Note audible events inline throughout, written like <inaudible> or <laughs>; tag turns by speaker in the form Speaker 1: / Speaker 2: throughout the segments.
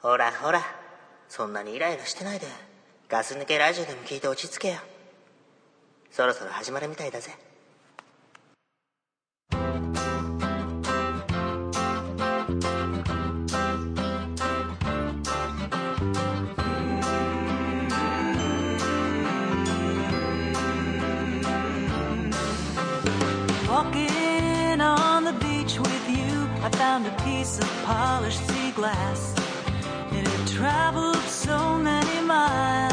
Speaker 1: ほらほらそんなにイライラしてないでガス抜けラジオでも聞いて落ち着けよそろそろ始まるみたいだぜ
Speaker 2: Walking on the beach with you, I found a piece of polished sea glass. It had traveled so many miles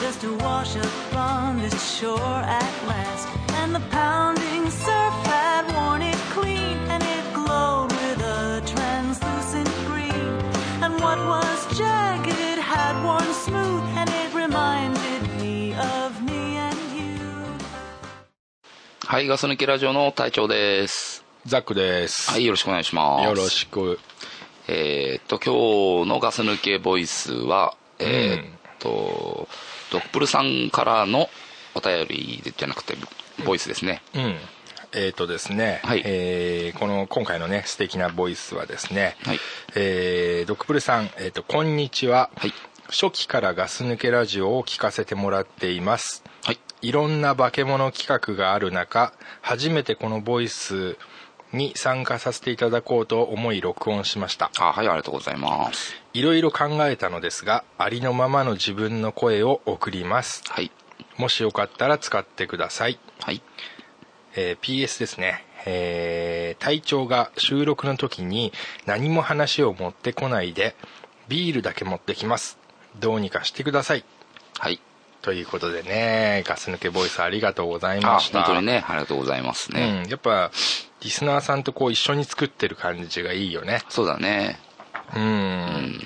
Speaker 2: just to wash up on this shore at last. And the pounding surf had worn it clean, and it glowed with a translucent green. And what was jagged had worn smooth, and it reminded me of me and you.
Speaker 3: はい、ガス抜きラジオの隊長です。
Speaker 4: ザックです。
Speaker 3: はい、よろしくお願いします。
Speaker 4: よろしく。
Speaker 3: えーっと、今日のガス抜けボイスは、えーっと、ドップルさんからのお便りじゃなくて、ボイスですね。
Speaker 4: うん。えっ、とですね、
Speaker 3: はい
Speaker 4: えーこの今回のね素敵なボイスはですね、
Speaker 3: はい
Speaker 4: えードクプルさん、えーと「こんにちは、
Speaker 3: はい
Speaker 4: 初期からガス抜けラジオを聞かせてもらっています」
Speaker 3: はい。
Speaker 4: いろんな化け物企画がある中初めてこのボイスに参加させていただこうと思い録音しました
Speaker 3: あ、はい、ありがとうございます。
Speaker 4: いろいろ考えたのですがありのままの自分の声を送ります
Speaker 3: はい。
Speaker 4: もしよかったら使ってください
Speaker 3: はい。
Speaker 4: えー PS ですね、えー隊長が収録の時に何も話を持ってこないでビールだけ持ってきますどうにかしてください
Speaker 3: はい。
Speaker 4: ということでねガス抜けボイスありがとうござい
Speaker 3: あ、
Speaker 4: ました
Speaker 3: 本当にね、ありがとうございますね。
Speaker 4: うん、やっぱリスナーさんとこう一緒に作ってる感じがいいよね
Speaker 3: そうだね。
Speaker 4: うん、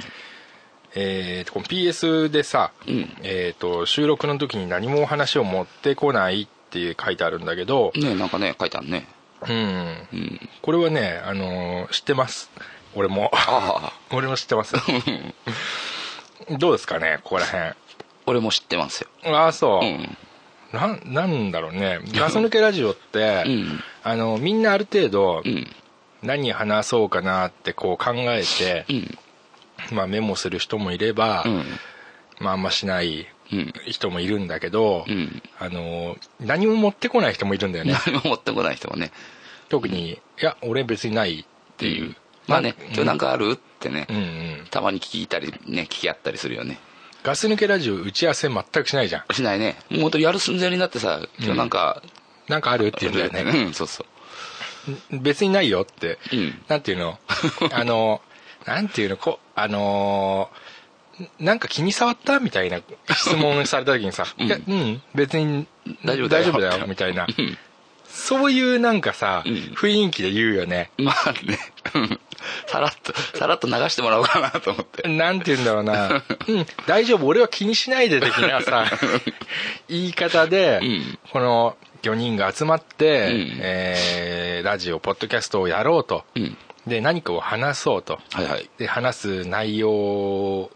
Speaker 4: えーとこの PS でさ、
Speaker 3: うん
Speaker 4: えー、と収録の時に何もお話を持ってこないって書いてあるんだけど、
Speaker 3: ね、なんかね、書いてあるね。
Speaker 4: うん、
Speaker 3: うん。
Speaker 4: これはね、あのー知ってます俺も <laughs>
Speaker 3: ああ、 <laughs>
Speaker 4: 俺も知ってますどうですかねここら辺
Speaker 3: 俺も知ってますよ。
Speaker 4: ああそうう、
Speaker 3: ん。
Speaker 4: なん、なんだろうねガス抜けラジオって、
Speaker 3: うん
Speaker 4: あのみんなある程度、
Speaker 3: うん。
Speaker 4: 何話そうかなってこう考えて
Speaker 3: う、ん。
Speaker 4: まあ、メモする人もいれば、
Speaker 3: うん。
Speaker 4: まあ、あんましない
Speaker 3: うん。
Speaker 4: 人もいるんだけど、
Speaker 3: うん。
Speaker 4: あのー何も持ってこない人もいるんだよね
Speaker 3: 何も持ってこない人もね。
Speaker 4: 特に「いや俺別にない」っていう、
Speaker 3: まあね、
Speaker 4: うん
Speaker 3: 今日なんかあるってね、
Speaker 4: うんうん、
Speaker 3: たまに聞いたりね、聞き合ったりするよね。
Speaker 4: ガス抜けラジオ打ち合わせ全くしないじゃん
Speaker 3: しないね。もう本当にやる寸前になってさ、今日なんか、
Speaker 4: なんかあるって言うんだよね。
Speaker 3: うん、そうそう。
Speaker 4: 別にないよって。
Speaker 3: うん
Speaker 4: なんていう
Speaker 3: <laughs>
Speaker 4: のあの、なんていうのこあのーなんか気に触ったみたいな質問された時にさ、いや、うん、別に
Speaker 3: 大丈夫だよ
Speaker 4: みたいな。そういうなんかさ、
Speaker 3: ん
Speaker 4: 雰囲気で言うよね。
Speaker 3: まあね、うんさらっと、さらっと流してもらおうかなと思って。
Speaker 4: なんて言うんだろ
Speaker 3: <laughs>
Speaker 4: うな、うん、大丈夫、俺は気にしないで的なさ、言い方で、
Speaker 3: うん
Speaker 4: この4人が集まって、
Speaker 3: うん
Speaker 4: えーラジオ、ポッドキャストをやろうと、
Speaker 3: うん。
Speaker 4: で、何かを話そうと、
Speaker 3: はいはい。
Speaker 4: で、話す内容を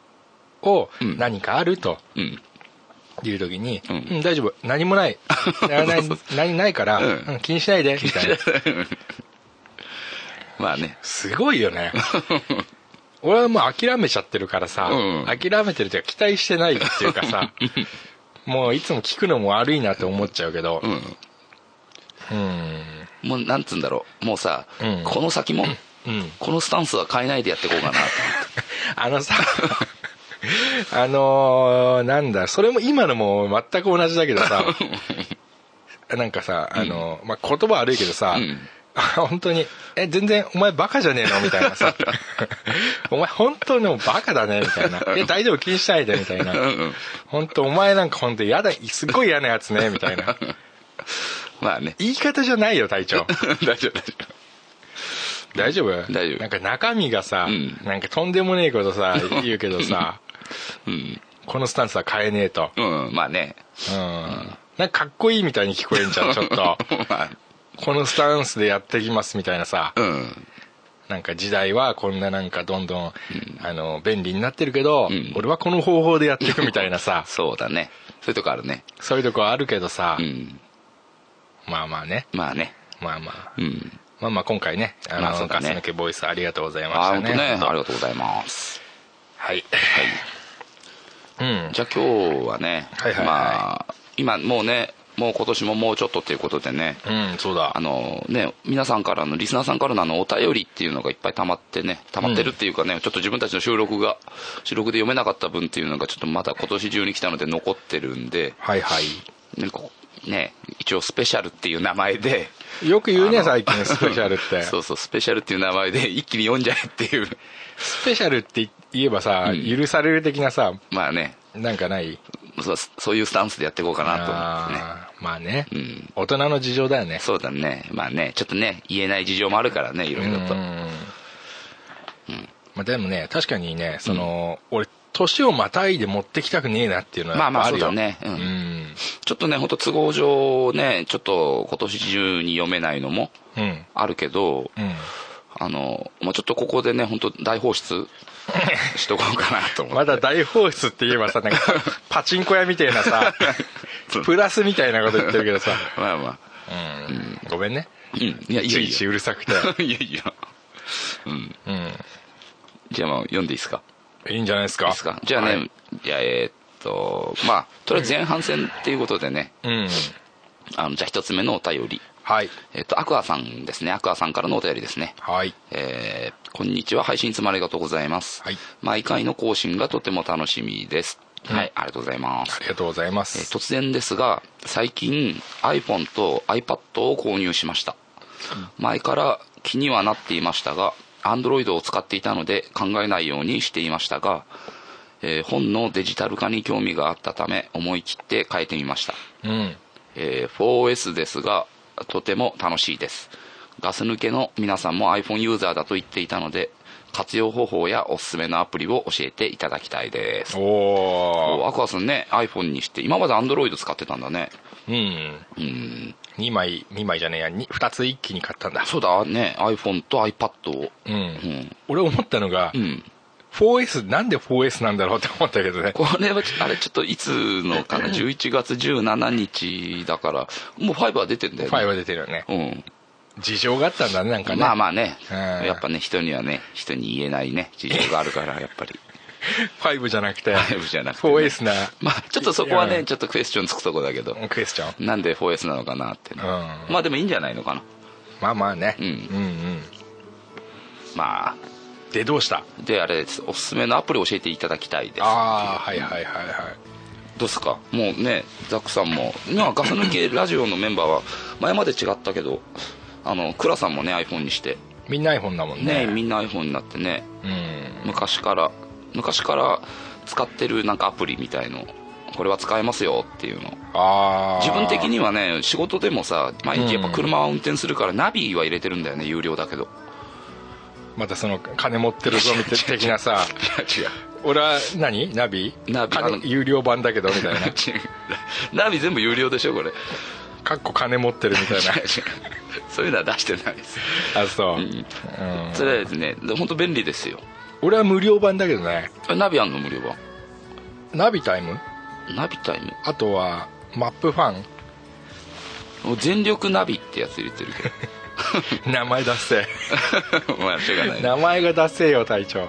Speaker 3: うん
Speaker 4: 何かあると
Speaker 3: うん。
Speaker 4: いう時に、
Speaker 3: う
Speaker 4: うんん、大丈夫、何も
Speaker 3: <laughs>
Speaker 4: ない、なな何ないから、
Speaker 3: うん
Speaker 4: うん気にしないで、みたいな。
Speaker 3: まあね、
Speaker 4: すごい
Speaker 3: <laughs>
Speaker 4: よね。俺はもう諦めちゃってるからさ、
Speaker 3: うん
Speaker 4: 諦めてるというか期待してないっていうか
Speaker 3: <laughs>
Speaker 4: さ、もういつも聞くのも悪いなって思っちゃうけど、
Speaker 3: うん。
Speaker 4: うん、
Speaker 3: もうなんつうんだろう、もうさ、
Speaker 4: うん
Speaker 3: この先も、
Speaker 4: うん
Speaker 3: このスタンスは変えないでやっていこうかなと
Speaker 4: あ
Speaker 3: <laughs>
Speaker 4: のさ、あのーなんだ、それも今のも全く同じだけど
Speaker 3: <laughs>
Speaker 4: さ、なんかさ、あのーまあ、言葉悪いけどさ、
Speaker 3: うん
Speaker 4: あ <laughs> 本当に、え、全然お前バカじゃねえのみたい
Speaker 3: <laughs>
Speaker 4: なさ、お前本当にもうバカだねみたいな、え、大丈夫気にしないでみたいな、本当お前なんか本当嫌だ、すっごい嫌なやつねみたいな、
Speaker 3: まあね。 <laughs>
Speaker 4: 言い方じゃないよ隊長。
Speaker 3: 大丈夫、大丈夫。
Speaker 4: 大丈夫
Speaker 3: 大丈夫
Speaker 4: なんか中身がさ、
Speaker 3: うん
Speaker 4: なんかとんでもねえことさ、言うけどさ、
Speaker 3: うん。
Speaker 4: このスタンスは変えねえと。
Speaker 3: うん、まあね。
Speaker 4: うん。なんかかっこいいみたいに聞こえんじゃん、ちょっと。
Speaker 3: <laughs> まあ、
Speaker 4: このスタンスでやってきますみたいなさ、
Speaker 3: うん。
Speaker 4: なんか時代はこんななんかどんどん、あの、便利になってるけど、
Speaker 3: ん、
Speaker 4: 俺はこの方法でやっていくみたいなさ
Speaker 3: <laughs> そうだね。そういうとこあるね。
Speaker 4: そういうとこあるけどさ、
Speaker 3: うん。
Speaker 4: まあまあね、
Speaker 3: まあね。
Speaker 4: まあまあ。
Speaker 3: うん。
Speaker 4: まあまあ今回ね、あの、
Speaker 3: まあそうだ
Speaker 4: ガス
Speaker 3: ね
Speaker 4: 抜けボイスありがとうございまし
Speaker 3: あ
Speaker 4: た
Speaker 3: 本当
Speaker 4: ね。
Speaker 3: ねありがとうございます
Speaker 4: はい。 <laughs> うん。
Speaker 3: じゃあ今日はね、
Speaker 4: はいはいはい
Speaker 3: まあ今もうねもう今年ももうちょっとっていうことでね、
Speaker 4: うん、そうだ
Speaker 3: あ。のね、皆さんからの、リスナーさんからのあのお便りっていうのがいっぱい溜まってね、溜まってるっていうかね、ちょっと自分たちの収録が、収録で読めなかった分っていうのが、ちょっとまだ今年中に来たので残ってるんで、
Speaker 4: はいは
Speaker 3: ね、こうね一応スペシャルっていう名前で、
Speaker 4: い。よく言う
Speaker 3: あ
Speaker 4: ね、
Speaker 3: の
Speaker 4: 最
Speaker 3: <laughs>
Speaker 4: 近、スペシャルって。
Speaker 3: そうそう、スペシャルっていう名前で <laughs> 一気に読んじゃえっていう、 <laughs>
Speaker 4: スペシャルって言えばさ、
Speaker 3: うん
Speaker 4: 許される的なさ、
Speaker 3: まあね、
Speaker 4: なんかない
Speaker 3: そうそういうスタンスでやっていこうかなと思ってね。
Speaker 4: あーまあね、
Speaker 3: うん
Speaker 4: 大人の事情だよね。
Speaker 3: そうだね。まあね、ちょっとね、言えない事情もあるからね、いろいろと。
Speaker 4: うんまあ、でもね確かにねその、俺年をまたいで持ってきたくねえなっていうのは
Speaker 3: まあまあ
Speaker 4: やっぱるよ
Speaker 3: そうだねうん
Speaker 4: うん
Speaker 3: ちょっとね、本当都合上ね、ちょっと今年中に読めないのも
Speaker 4: うん
Speaker 3: あるけど、
Speaker 4: うん
Speaker 3: あの、まあ、ちょっとここでね、本当大放出
Speaker 4: <laughs>
Speaker 3: しとこうかなと思って。
Speaker 4: まだ大放出って言えばさな
Speaker 3: <laughs>
Speaker 4: んかパチンコ屋みたいなさ
Speaker 3: そう
Speaker 4: プラスみたいなこと言ってるけどさ、
Speaker 3: まあまあ。
Speaker 4: うん、ごめんね
Speaker 3: うん。いや、い
Speaker 4: い
Speaker 3: や
Speaker 4: ち
Speaker 3: い
Speaker 4: いち
Speaker 3: や。
Speaker 4: うるさくて、
Speaker 3: <laughs> いやいや。うん。
Speaker 4: うん、
Speaker 3: じゃあまあ、読んでいいですか。
Speaker 4: いいんじゃないです
Speaker 3: い
Speaker 4: か
Speaker 3: いですか。じゃあね、
Speaker 4: はい
Speaker 3: い、や、えーっと、まあ、とりあえず前半戦っていうことでね、
Speaker 4: うん
Speaker 3: あの、じゃあ一つ目のお便り。
Speaker 4: はい
Speaker 3: えーっと、アクアさんですね。アクアさんからのお便りですね。
Speaker 4: はい
Speaker 3: えーこんにちは。配信いつもありがとうございます。
Speaker 4: はい
Speaker 3: 毎回の更新がとても楽しみです。はい、ありがとうございます
Speaker 4: あ。りがとうございま
Speaker 3: え
Speaker 4: す
Speaker 3: ー突然ですが、最近 iPhone と iPad を購入しました。前から気にはなっていましたが、Android を使っていたので考えないようにしていましたが、えー本のデジタル化に興味があったため思い切って変えてみました。
Speaker 4: うん
Speaker 3: えー 4S ですがとても楽しいですガス抜けの皆さんも iPhone ユーザーだと言っていたので活用方法やおすすめのアプリを教えていただきたいです
Speaker 4: お
Speaker 3: お
Speaker 4: お
Speaker 3: アクアさんね iPhone にして今まで Android 使ってたんだね
Speaker 4: うん
Speaker 3: うん
Speaker 4: 2枚2枚じゃねえや 2, つ一気に買ったんだ
Speaker 3: そうだね iPhone と iPad を
Speaker 4: うん、
Speaker 3: うん、
Speaker 4: 俺思ったのが、
Speaker 3: うん
Speaker 4: 4S なんで 4S なんだろうって思ったけどね
Speaker 3: これはちょあれちょっといつのかな11月17日だからもう5は出てんだよね
Speaker 4: 5は出てるよね
Speaker 3: うん
Speaker 4: 事情があったんだねなんかね
Speaker 3: まあまあね、
Speaker 4: うん
Speaker 3: やっぱね人にはね人に言えないね事情があるからやっぱ
Speaker 4: <laughs>
Speaker 3: り
Speaker 4: 5じゃな
Speaker 3: <laughs>
Speaker 4: くて
Speaker 3: 5じゃなくてね
Speaker 4: 4S な
Speaker 3: まあちょっとそこは
Speaker 4: う
Speaker 3: ね
Speaker 4: ん
Speaker 3: ちょっとクエスチョンつくとこだけど
Speaker 4: クエスチョン
Speaker 3: なんで 4S なのかなってね、
Speaker 4: うん
Speaker 3: まあでもいいんじゃないのかな
Speaker 4: まあまあね、
Speaker 3: うん
Speaker 4: うんうん
Speaker 3: まあ
Speaker 4: でどうした
Speaker 3: であれですおすすめのアプリ教えていただきたいです
Speaker 4: ああはいはいはいはい
Speaker 3: どうっすかもうねザックさんも今ガス抜けラジオのメンバーは前まで違ったけどあのクラさんもね iPhone にして
Speaker 4: みんな iPhone だもん
Speaker 3: ね
Speaker 4: ね
Speaker 3: みんな iPhone になってね
Speaker 4: うん
Speaker 3: 昔から昔から使ってるなんかアプリみたいのこれは使えますよっていうの
Speaker 4: ああ
Speaker 3: 自分的にはね仕事でもさ毎日やっぱ車を運転するからナビは入れてるんだよね有料だけど
Speaker 4: またその金持ってるぞみたいな
Speaker 3: <laughs>
Speaker 4: 的なさ
Speaker 3: 違う
Speaker 4: 俺は何ナビ
Speaker 3: ナビあの
Speaker 4: 金有料版だけどみたいな
Speaker 3: ナビ全部有料でしょ
Speaker 4: <laughs>
Speaker 3: これ違う
Speaker 4: かっこ金持ってるみたい
Speaker 3: <laughs> 違うそういうのは出してないです
Speaker 4: なあそ
Speaker 3: う
Speaker 4: う、うんん、
Speaker 3: とりあえずね本当便利ですよ
Speaker 4: 俺は無料版だけどね
Speaker 3: あナビあんの無料は
Speaker 4: ナビタイム
Speaker 3: ナビタイム
Speaker 4: あとはマップファ
Speaker 3: もう全力ナビってやつ入れてる
Speaker 4: ン名前出せ
Speaker 3: けど <laughs> まあしょうがないね
Speaker 4: 名前が出せよ隊
Speaker 3: <laughs>
Speaker 4: 長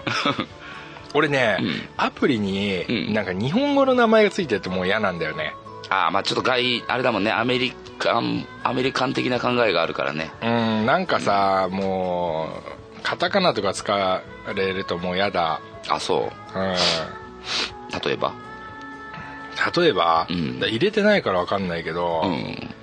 Speaker 4: 俺ね、
Speaker 3: うん
Speaker 4: アプリに
Speaker 3: うん
Speaker 4: なんか日本語の名前がついてるともう嫌なんだよね
Speaker 3: ああまあちょっと外あれだもんねアメリカンアメリカン的な考えがあるからね
Speaker 4: うんなんかさ、もうカタカナとか使われるともう嫌だ
Speaker 3: あそ
Speaker 4: うん
Speaker 3: う例えば
Speaker 4: 例えば、
Speaker 3: うん
Speaker 4: だ入れてないから分かんないけど、
Speaker 3: うん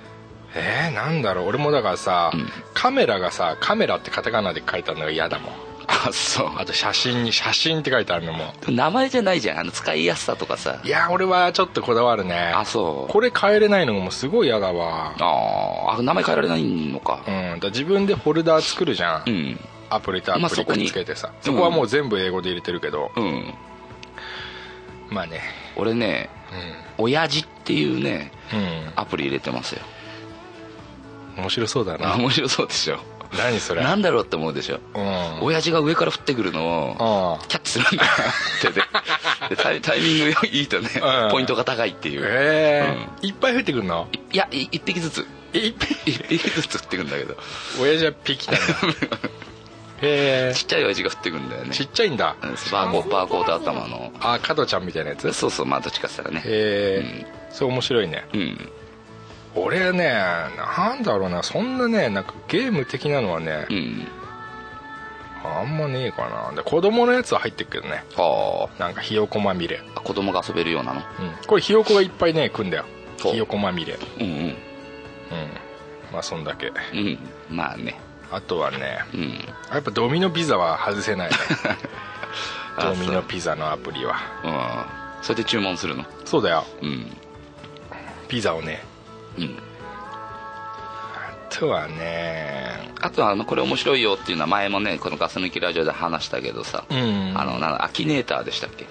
Speaker 4: えー、なんだろう俺もだからさ、
Speaker 3: うん
Speaker 4: カメラがさカメラってカタカナで書いてあるのが嫌だもん
Speaker 3: あそう
Speaker 4: あと写真に写真って書いてあるのも
Speaker 3: 名前じゃないじゃんあの使いやすさとかさ
Speaker 4: いや俺はちょっとこだわるね
Speaker 3: あそう
Speaker 4: これ変えれないのもすごい嫌だわ
Speaker 3: あーあ名前変えられないのか
Speaker 4: うんだから自分でフォルダ作るじゃん、
Speaker 3: うん
Speaker 4: アプリとア
Speaker 3: まあ
Speaker 4: プ
Speaker 3: そ
Speaker 4: リ
Speaker 3: こ
Speaker 4: く
Speaker 3: に
Speaker 4: っつけてさ、そこはもう全部英語で入れてるけど、
Speaker 3: うん
Speaker 4: まあね
Speaker 3: 俺ね親父っていうね
Speaker 4: うん、うん、
Speaker 3: アプリ入れてますよ
Speaker 4: 面白そうだ
Speaker 3: あ
Speaker 4: な
Speaker 3: 面白そうでしょ
Speaker 4: 何それ
Speaker 3: なんだろうって思うでしょ
Speaker 4: うん
Speaker 3: 親父が上から降ってくるのを
Speaker 4: あ
Speaker 3: キャッチするんだよ手
Speaker 4: <laughs>
Speaker 3: ででタイタイミングがいいとね
Speaker 4: うん
Speaker 3: ポイントが高いっていう
Speaker 4: ええいっぱい降ってくるの
Speaker 3: いいやい一匹ずつ
Speaker 4: いっぱい <laughs>
Speaker 3: 一匹ずつ降ってくるんだけど <laughs>
Speaker 4: 親父はピキなんだへえ
Speaker 3: ちっちゃい親父が振ってくんだよね
Speaker 4: ちっちゃいんだ
Speaker 3: うんバーコーバーコード頭の
Speaker 4: あ加藤ちゃんみたいなやつへ
Speaker 3: そうそうまあどっちかっつったらね
Speaker 4: えそれ面白いね
Speaker 3: うん
Speaker 4: 俺ねなんだろうなそんなねなんかゲーム的なのはね
Speaker 3: うん
Speaker 4: あんまねえかなで子供のやつは入ってるけどね
Speaker 3: あ
Speaker 4: なんかひよこまみれ、
Speaker 3: あ子供が遊べるようなの
Speaker 4: うん、これひよこがいっぱいね来んだよ
Speaker 3: ほう
Speaker 4: ひよこまみれうん
Speaker 3: うん
Speaker 4: まあそんだけ
Speaker 3: うんうんまあね
Speaker 4: あとはね
Speaker 3: うん
Speaker 4: やっぱドミノピザは外せないね
Speaker 3: <laughs> あ
Speaker 4: ドミノピザのアプリは
Speaker 3: うんそれで注文するの
Speaker 4: そうだよ
Speaker 3: うん
Speaker 4: ピザをね
Speaker 3: うん
Speaker 4: あとはね
Speaker 3: あとはあのこれ面白いよっていうのは前もねこのガス抜きラジオで話したけどさ、
Speaker 4: うん
Speaker 3: あのなアキネーターでしたっけ、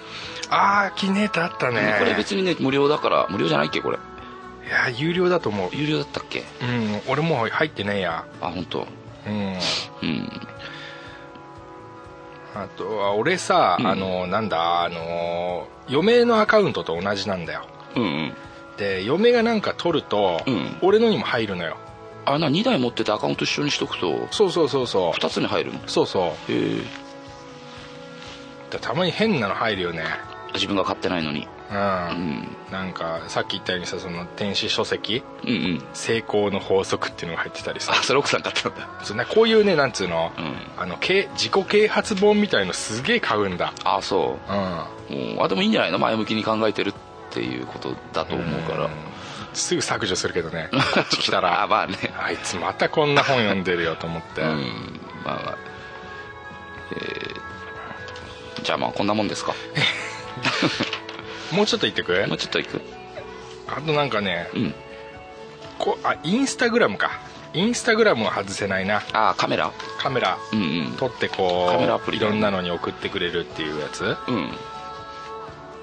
Speaker 4: ああキネーターあったね
Speaker 3: これ別にね無料だから無料じゃないっけこれ
Speaker 4: いや有料だと思う
Speaker 3: 有料だったっけ
Speaker 4: うん俺もう入ってねえや
Speaker 3: あ本当。
Speaker 4: うん
Speaker 3: うん
Speaker 4: あとは俺さ、
Speaker 3: うん
Speaker 4: あのなんだあの余命のアカウントと同じなんだよ
Speaker 3: うんうん
Speaker 4: で嫁がなんか取ると、
Speaker 3: うん
Speaker 4: 俺のにも入るのよ
Speaker 3: あな2台持っててアカウント一緒にしとくと
Speaker 4: そうそうそうそ
Speaker 3: 2つに入るのへ
Speaker 4: うそうそ
Speaker 3: え
Speaker 4: うでたまに変なの入るよね
Speaker 3: 自分が買ってないのに
Speaker 4: うん、
Speaker 3: うん
Speaker 4: なんかさっき言ったようにさその電子書籍
Speaker 3: うんうん
Speaker 4: 成功の法則っていうのが入ってたりさ
Speaker 3: あそれ奥さん買ったんだ
Speaker 4: そうねこういうねなんつうの,、
Speaker 3: うん
Speaker 4: あのけ自己啓発本みたいのすげえ買うんだ
Speaker 3: あそ
Speaker 4: うん
Speaker 3: ううんあでもいいんじゃないの前向きに考えてるっていうことだと思う <laughs> から
Speaker 4: すぐ削除するけ
Speaker 3: <laughs>
Speaker 4: どねこっち来たら
Speaker 3: あまあね
Speaker 4: あいつまたこんな本読んでるよと思って、
Speaker 3: うんまあまあえーじゃあまあこんなもんですか
Speaker 4: もうちょっと言ってく
Speaker 3: もうちょっといく
Speaker 4: あとなんかね
Speaker 3: うん
Speaker 4: こあインスタグラムかインスタグラムは外せないな
Speaker 3: あカメラ
Speaker 4: カメラ
Speaker 3: うんうん
Speaker 4: 撮ってこ
Speaker 3: カメラアプ
Speaker 4: う
Speaker 3: リ
Speaker 4: いろんなのに送ってくれるっていうやつうん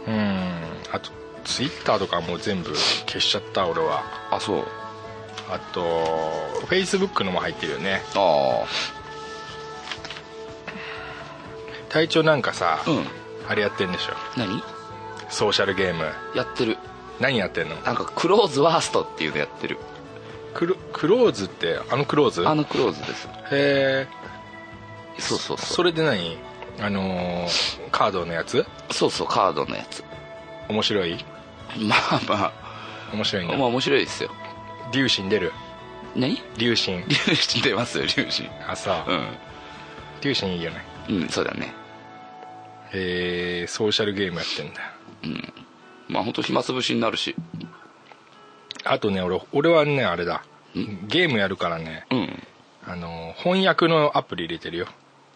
Speaker 3: うん
Speaker 4: あとツイッターとかもう全部消しちゃった俺は
Speaker 3: あそう
Speaker 4: あとフェイスブックのも入ってるよね
Speaker 3: あ
Speaker 4: 隊長なんかさ、
Speaker 3: あうん
Speaker 4: あれやってんでしょ
Speaker 3: 何
Speaker 4: ソーシャルゲーム
Speaker 3: やってる
Speaker 4: 何やってんの
Speaker 3: なんかクローズワーストっていうのやってる
Speaker 4: クロクローズってあのクローズ
Speaker 3: あのクローズです
Speaker 4: へえ
Speaker 3: そうそうそう
Speaker 4: それで何あのーカードのやつ
Speaker 3: そうそうカードのやつ <laughs>
Speaker 4: 面白い
Speaker 3: まあま
Speaker 4: 面白いん
Speaker 3: あ
Speaker 4: だ
Speaker 3: まあ面白いですよ
Speaker 4: 粒子に出る
Speaker 3: <laughs> 何
Speaker 4: 粒子
Speaker 3: 粒子出ますよ粒子
Speaker 4: あさ、粒子いいよね
Speaker 3: うんうんそうだね
Speaker 4: えー、ソーシャルゲームやってんだ
Speaker 3: まあ本当暇つぶしになるし
Speaker 4: あとね俺俺はねあれだゲームやるからね
Speaker 3: うん
Speaker 4: あの翻訳のアプリ入れてるよ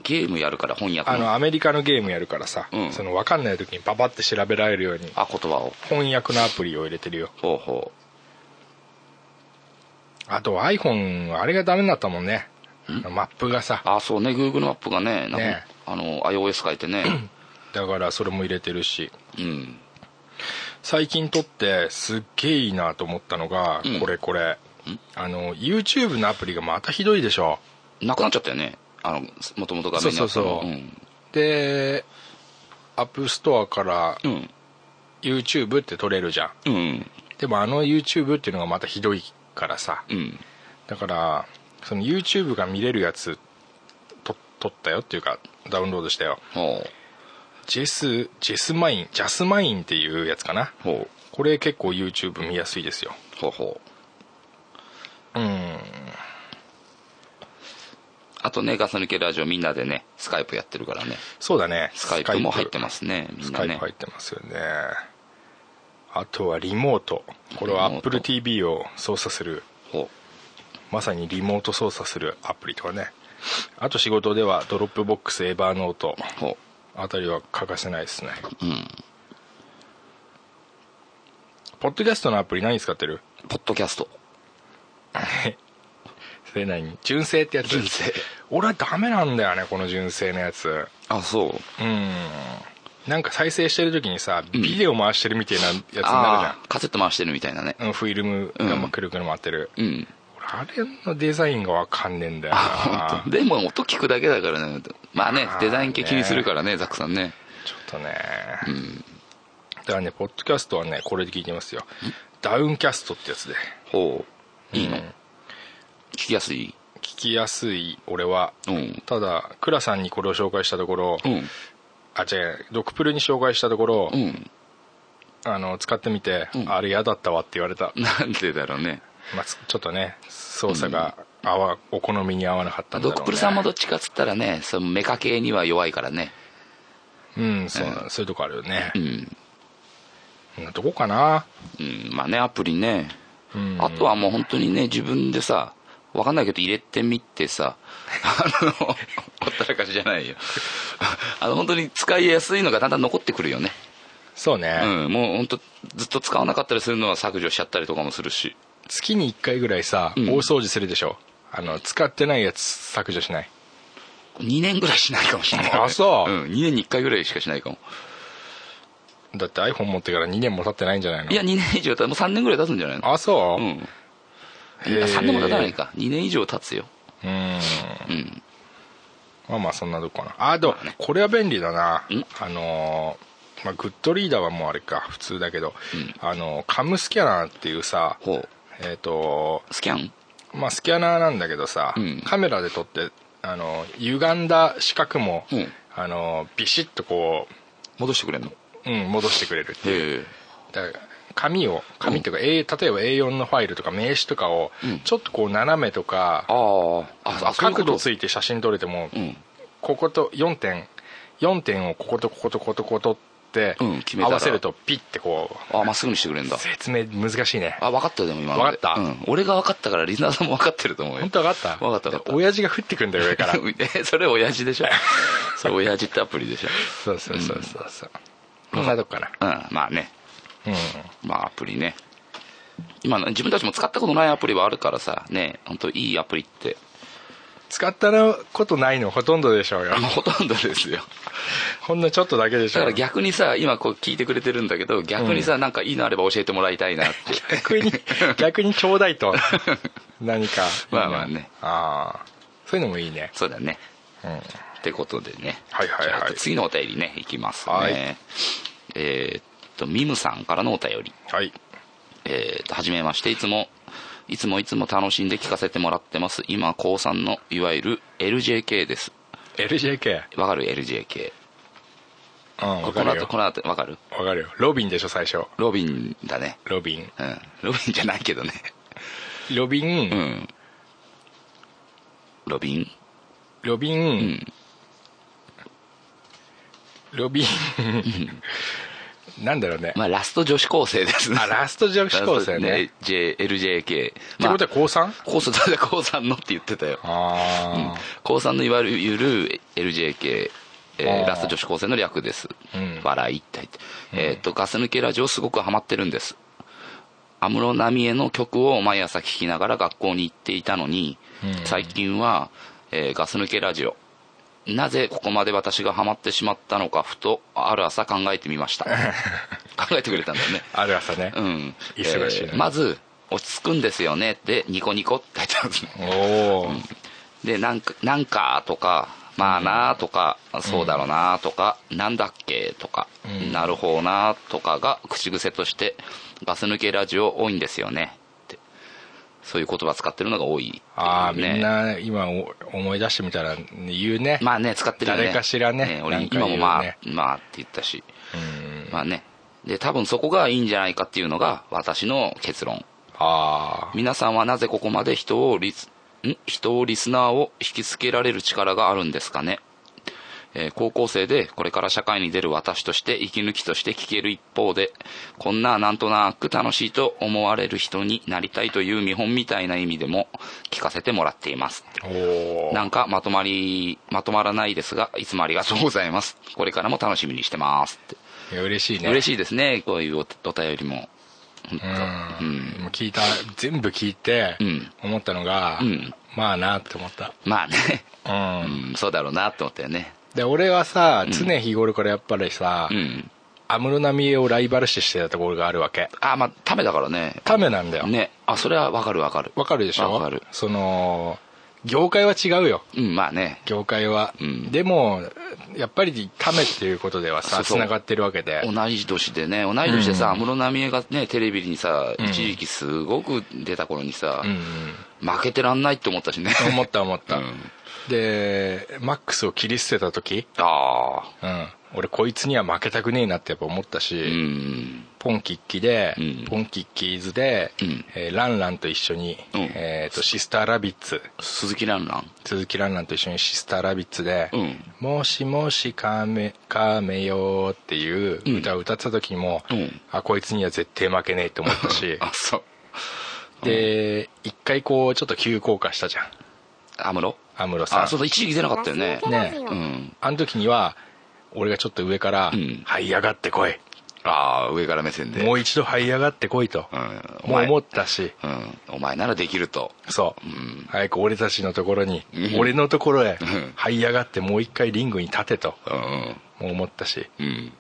Speaker 3: ゲームやるから翻訳
Speaker 4: あの
Speaker 3: の
Speaker 4: アメリカのゲームやるからさ、
Speaker 3: うん
Speaker 4: その分かんない時にパパって調べられるように
Speaker 3: あ言葉を
Speaker 4: 翻訳のアプリを入れてるよ
Speaker 3: ほうほ
Speaker 4: あと iPhone あれがダメになったもんねマップがさ
Speaker 3: うあそうね Google マップがねなんか
Speaker 4: ね
Speaker 3: あの iOS 変えてね
Speaker 4: だからそれも入れてるし
Speaker 3: うん
Speaker 4: 最近撮ってすっげえいいなと思ったのが、
Speaker 3: うん
Speaker 4: これこれあの YouTube のアプリがまたひどいでしょ
Speaker 3: なくなっちゃったよねあのもともと画面にあった
Speaker 4: そうそうそうんでアップストアから
Speaker 3: うん、
Speaker 4: YouTube って撮れるじゃ
Speaker 3: う
Speaker 4: ん
Speaker 3: ん
Speaker 4: でもあの YouTube っていうのがまたひどいからさ
Speaker 3: うん
Speaker 4: だからその YouTube が見れるやつと撮ったよっていうかダウンロードしたよ
Speaker 3: ほ
Speaker 4: ジェスジェスマインジャスマインっていうやつかな
Speaker 3: うほう
Speaker 4: これ結構 YouTube 見やすいですよ
Speaker 3: ほうほう
Speaker 4: うん
Speaker 3: あとねガス抜けラジオみんなでねスカイプやってるからね
Speaker 4: そうだね
Speaker 3: スカイプも入ってますねみ
Speaker 4: ス
Speaker 3: んな
Speaker 4: カイプ
Speaker 3: ね
Speaker 4: 入ってますよねあとはリモートこれは
Speaker 3: リモート
Speaker 4: AppleTV を操作する
Speaker 3: ほ
Speaker 4: まさにリモート操作するアプリとかねあと仕事ではドロップボックスエバーノート
Speaker 3: うほ
Speaker 4: あたりは欠かせないですね
Speaker 3: ううん
Speaker 4: ポッドキャストのアプリ何使ってる
Speaker 3: ポッドキャスト
Speaker 4: それ何純正ってやつ
Speaker 3: 純正
Speaker 4: 俺はダメなんだよねこの純正のやつ
Speaker 3: あそう
Speaker 4: うんなんか再生してる時にさビデオ回してるみたいなやつになるじゃ
Speaker 3: あーカセット回してるみたいなね
Speaker 4: ん、うん、フィルムがまくるくる回ってる、
Speaker 3: うん
Speaker 4: 俺あれのデザインがわかんねえんだよ
Speaker 3: あ本
Speaker 4: な
Speaker 3: 当 <laughs> でも音聞くだけだからねまあね
Speaker 4: あー
Speaker 3: デザイン系気にするからねザックさんね
Speaker 4: ちょっとねだからねポッドキャストはねこれで聞いてますよダウンキャストってやつで
Speaker 3: ほういいの、
Speaker 4: うん
Speaker 3: 聞きやすい
Speaker 4: 聞聞きやすい俺は、
Speaker 3: うん
Speaker 4: ただ倉さんにこれを紹介したところ、
Speaker 3: うん
Speaker 4: あ違うドクプルに紹介したところ、
Speaker 3: うん
Speaker 4: あの使ってみて、
Speaker 3: うん
Speaker 4: あれ嫌だったわって言われた、
Speaker 3: なんでだろうね
Speaker 4: まあ、つちょっとね操作が合わ、お好みに合わなかったんだ
Speaker 3: ド
Speaker 4: ろう、ね、
Speaker 3: クプルさんもどっちかっつったらねそのメカ系には弱いからね
Speaker 4: うんそう,、そういうとこあるよね
Speaker 3: う、ん、
Speaker 4: こんなとこかな
Speaker 3: うん、まあねアプリね、
Speaker 4: うん
Speaker 3: あとはもう本当にね自分でさわかんないけど入れてみてさあのほったらかしじゃないよあの本当に使いやすいのがだんだん残ってくるよね
Speaker 4: そうね、
Speaker 3: うんもう本当ずっと使わなかったりするのは削除しちゃったりとかもするし
Speaker 4: 月に1回ぐらいさ、
Speaker 3: うん
Speaker 4: 大掃除するでしょあの使ってないやつ削除しない
Speaker 3: 2年ぐらいしないかもしれない
Speaker 4: あそう
Speaker 3: うん、2年に1回ぐらいしかしないかも
Speaker 4: だって iPhone 持ってから2年も経ってないんじゃないの
Speaker 3: いや2年以上経つもう3年ぐらい経つんじゃないの
Speaker 4: あそうう、
Speaker 3: ん3年も経たないか2年以上経つよ
Speaker 4: うん
Speaker 3: うん
Speaker 4: まあまあそんなとこかなあでもこれは便利だな、
Speaker 3: ん
Speaker 4: あのーまあ、グッドリーダーはもうあれか普通だけど、あのカムスキャナーっていうさ
Speaker 3: ほう
Speaker 4: えっ、と
Speaker 3: スキャン
Speaker 4: まあスキャナーなんだけどさ、
Speaker 3: うん
Speaker 4: カメラで撮ってあの歪んだ四角も、
Speaker 3: うん
Speaker 4: あのビシッとこ
Speaker 3: 戻してくれんのへ
Speaker 4: う、うん、戻してくれるっていう
Speaker 3: え
Speaker 4: だから紙を紙っていうか、A 例えば A4 のファイルとか名刺とかを
Speaker 3: うん
Speaker 4: ちょっとこう斜めとか、
Speaker 3: あああそういうこ
Speaker 4: 角
Speaker 3: と
Speaker 4: 度ついて写真撮れても、
Speaker 3: うん
Speaker 4: ここと4点4点をこことこことこことこことって
Speaker 3: うん決めた
Speaker 4: 合
Speaker 3: ら
Speaker 4: わせるとピッてこ
Speaker 3: あまっすぐにしてくれん
Speaker 4: う
Speaker 3: だ
Speaker 4: 説明難しいね
Speaker 3: あ分かったよでも今の
Speaker 4: 分かった
Speaker 3: うん、俺が分かったからリスナーさんも分かってると思うよ
Speaker 4: 本当分かった
Speaker 3: 分かった分かった
Speaker 4: 親父が降ってくんだよ上から
Speaker 3: <laughs> えそれ親父で
Speaker 4: <laughs>
Speaker 3: しょそれ親父ってアプリでしょ
Speaker 4: そうそうそうそうそうこんなとこかな
Speaker 3: うんまあね
Speaker 4: うん
Speaker 3: まあアプリね今の自分たちも使ったことないアプリはあるからさね本当いいアプリって
Speaker 4: 使ったのことないのほとんどでしょうよ
Speaker 3: あ
Speaker 4: <laughs>
Speaker 3: のほとんどですよ
Speaker 4: ほんのちょっとだけでし
Speaker 3: だ
Speaker 4: ょ
Speaker 3: か
Speaker 4: う
Speaker 3: ら逆にさ今こう聞いてくれてるんだけど逆にさ、なんかいいのあれば教えてもらいたいなって
Speaker 4: <laughs>
Speaker 3: <laughs>
Speaker 4: 逆に逆にちょうだいと何か
Speaker 3: まあまあね
Speaker 4: ああそういうのもいいね
Speaker 3: そうだね
Speaker 4: うん
Speaker 3: ってことでね
Speaker 4: はいはいはい
Speaker 3: じゃあ次のお便りねいきますね、
Speaker 4: はい
Speaker 3: えーっとミムさんからのお便り
Speaker 4: はい
Speaker 3: えーと、はじめまして、いつも、いつもいつも楽しんで聞かせてもらってます。今、高3の、いわゆる LJK です。
Speaker 4: LJK
Speaker 3: わかる ?LJK。
Speaker 4: うんわ
Speaker 3: こ
Speaker 4: か
Speaker 3: の後、
Speaker 4: るよ
Speaker 3: この後、わかる
Speaker 4: わかるよロビンでしょ最初
Speaker 3: ロビンだね。
Speaker 4: ロビン
Speaker 3: うん。ロビンじゃないけどね。
Speaker 4: ロビン、
Speaker 3: うん。ロビン
Speaker 4: ロビン、
Speaker 3: ん
Speaker 4: ロビン、なんだろうね、
Speaker 3: まあ、ラスト女子高生ですね。
Speaker 4: あラスト女子高生ね
Speaker 3: ラスト。J、LJK。
Speaker 4: ってことは高 3?
Speaker 3: 高3だから高3のって言ってたよ。
Speaker 4: あ
Speaker 3: 高3のいわゆる LJK、えー
Speaker 4: あー
Speaker 3: ラスト女子高生の略です、
Speaker 4: うん
Speaker 3: 笑いって入って、えーっとガス抜けラジオすごくハマってるんです安室奈美恵の曲を毎朝聴きながら学校に行っていたのに、
Speaker 4: うん
Speaker 3: 最近は、えーガス抜けラジオなぜここまで私がハマってしまったのかふとある朝考えてみ
Speaker 4: <laughs>
Speaker 3: ました考えてくれたんだよね
Speaker 4: あある朝ね、
Speaker 3: うん
Speaker 4: 忙しいな
Speaker 3: えーまず落ち着くんですよねってニコニコって書いてあるんですね
Speaker 4: おお、
Speaker 3: でなんか「なんか」とか「まあな」とか「そうだろうな」とか「なんだっけ」とか「
Speaker 4: うん
Speaker 3: なるほどな」とかが口癖としてガス抜けラジオ多いんですよねってそういう言葉使ってるのが多いっていうね
Speaker 4: ああみんな今お思い出してみたら言うね、
Speaker 3: まあね使ってるよね
Speaker 4: 誰かしらねな
Speaker 3: 俺
Speaker 4: んかい
Speaker 3: 今
Speaker 4: るよ
Speaker 3: も
Speaker 4: ね
Speaker 3: まあ、まあって言ったし
Speaker 4: うん
Speaker 3: まあねで多分そこがいいんじゃないかっていうのが私の結論
Speaker 4: あ
Speaker 3: 皆さんはなぜここまで人をリスん人をリスナーを引きつけられる力があるんですかね、えー高校生でこれから社会に出る私として息抜きとして聞ける一方でこんななんとなく楽しいと思われる人になりたいという見本みたいな意味でも聞かせてもらっています
Speaker 4: あおお
Speaker 3: なんかまとまりまとまらないですがいつもありがとうございますこれからも楽しみにしてますって
Speaker 4: 嬉しいね
Speaker 3: 嬉
Speaker 4: い
Speaker 3: しいですねこういうおお便りも本当
Speaker 4: うん、もう聞いた全部聞いて
Speaker 3: うん
Speaker 4: 思ったのが、
Speaker 3: ん
Speaker 4: まあなって思った
Speaker 3: まあね
Speaker 4: うん、
Speaker 3: うん、そうだろうなって思ったよね。
Speaker 4: で俺はさ常日頃からやっぱりさ
Speaker 3: うん。
Speaker 4: 安室奈美恵をライバル視してたところがあるわけ
Speaker 3: あ、まあ、ためだからね。
Speaker 4: ためなんだよ
Speaker 3: ね。あ、それはわかるわかる。
Speaker 4: わかるでしょ
Speaker 3: わかる。
Speaker 4: その業界は違うよ
Speaker 3: うん、まあね。
Speaker 4: 業界は、
Speaker 3: うん
Speaker 4: でもやっぱりタメっていうことでは
Speaker 3: そ
Speaker 4: さ
Speaker 3: うそう
Speaker 4: つながってるわけで
Speaker 3: 同じ年でね、同い年でさ、安室奈美恵がね、テレビにさ、一時期すごく出た頃にさ
Speaker 4: うん、
Speaker 3: 負けてらんないって思ったしね。
Speaker 4: 思った思った、
Speaker 3: うん
Speaker 4: でマックスを切り捨てた時、
Speaker 3: <laughs> ああ。
Speaker 4: うん、俺こいつには負けたくねえなってやっぱ思ったし、
Speaker 3: うん。
Speaker 4: ポンキッキで、
Speaker 3: うん
Speaker 4: ポンキッキーズで、
Speaker 3: うん
Speaker 4: えーランランと一緒に、
Speaker 3: うん
Speaker 4: えーとシスターラビッツ
Speaker 3: 鈴木蘭蘭。
Speaker 4: 鈴木ランランと一緒にシスターラビッツで
Speaker 3: うん。
Speaker 4: もしもしカメカメよ」っていう歌を歌ってた時も、
Speaker 3: うん
Speaker 4: あこいつには絶対負けねえって思ったし
Speaker 3: あ、そう。
Speaker 4: で一回こうちょっと急降下したじゃん
Speaker 3: 安室
Speaker 4: 安室さん
Speaker 3: あ、そうだ、一時期出なかったよね。
Speaker 4: ね
Speaker 3: うん。
Speaker 4: あの時には俺がちょっと上から
Speaker 3: うん
Speaker 4: 「這い上がってこい」
Speaker 3: ああ、上から目線で。
Speaker 4: もう一度這い上がってこい」と
Speaker 3: うんお
Speaker 4: もう
Speaker 3: 前
Speaker 4: 思ったし
Speaker 3: うん。お前ならできると。
Speaker 4: そう、
Speaker 3: ん
Speaker 4: 早く俺たちのところに、
Speaker 3: うん
Speaker 4: 俺のところへ
Speaker 3: ん
Speaker 4: 這い上がってもう一回リングに立てと
Speaker 3: うん。
Speaker 4: もう思ったし
Speaker 3: うん。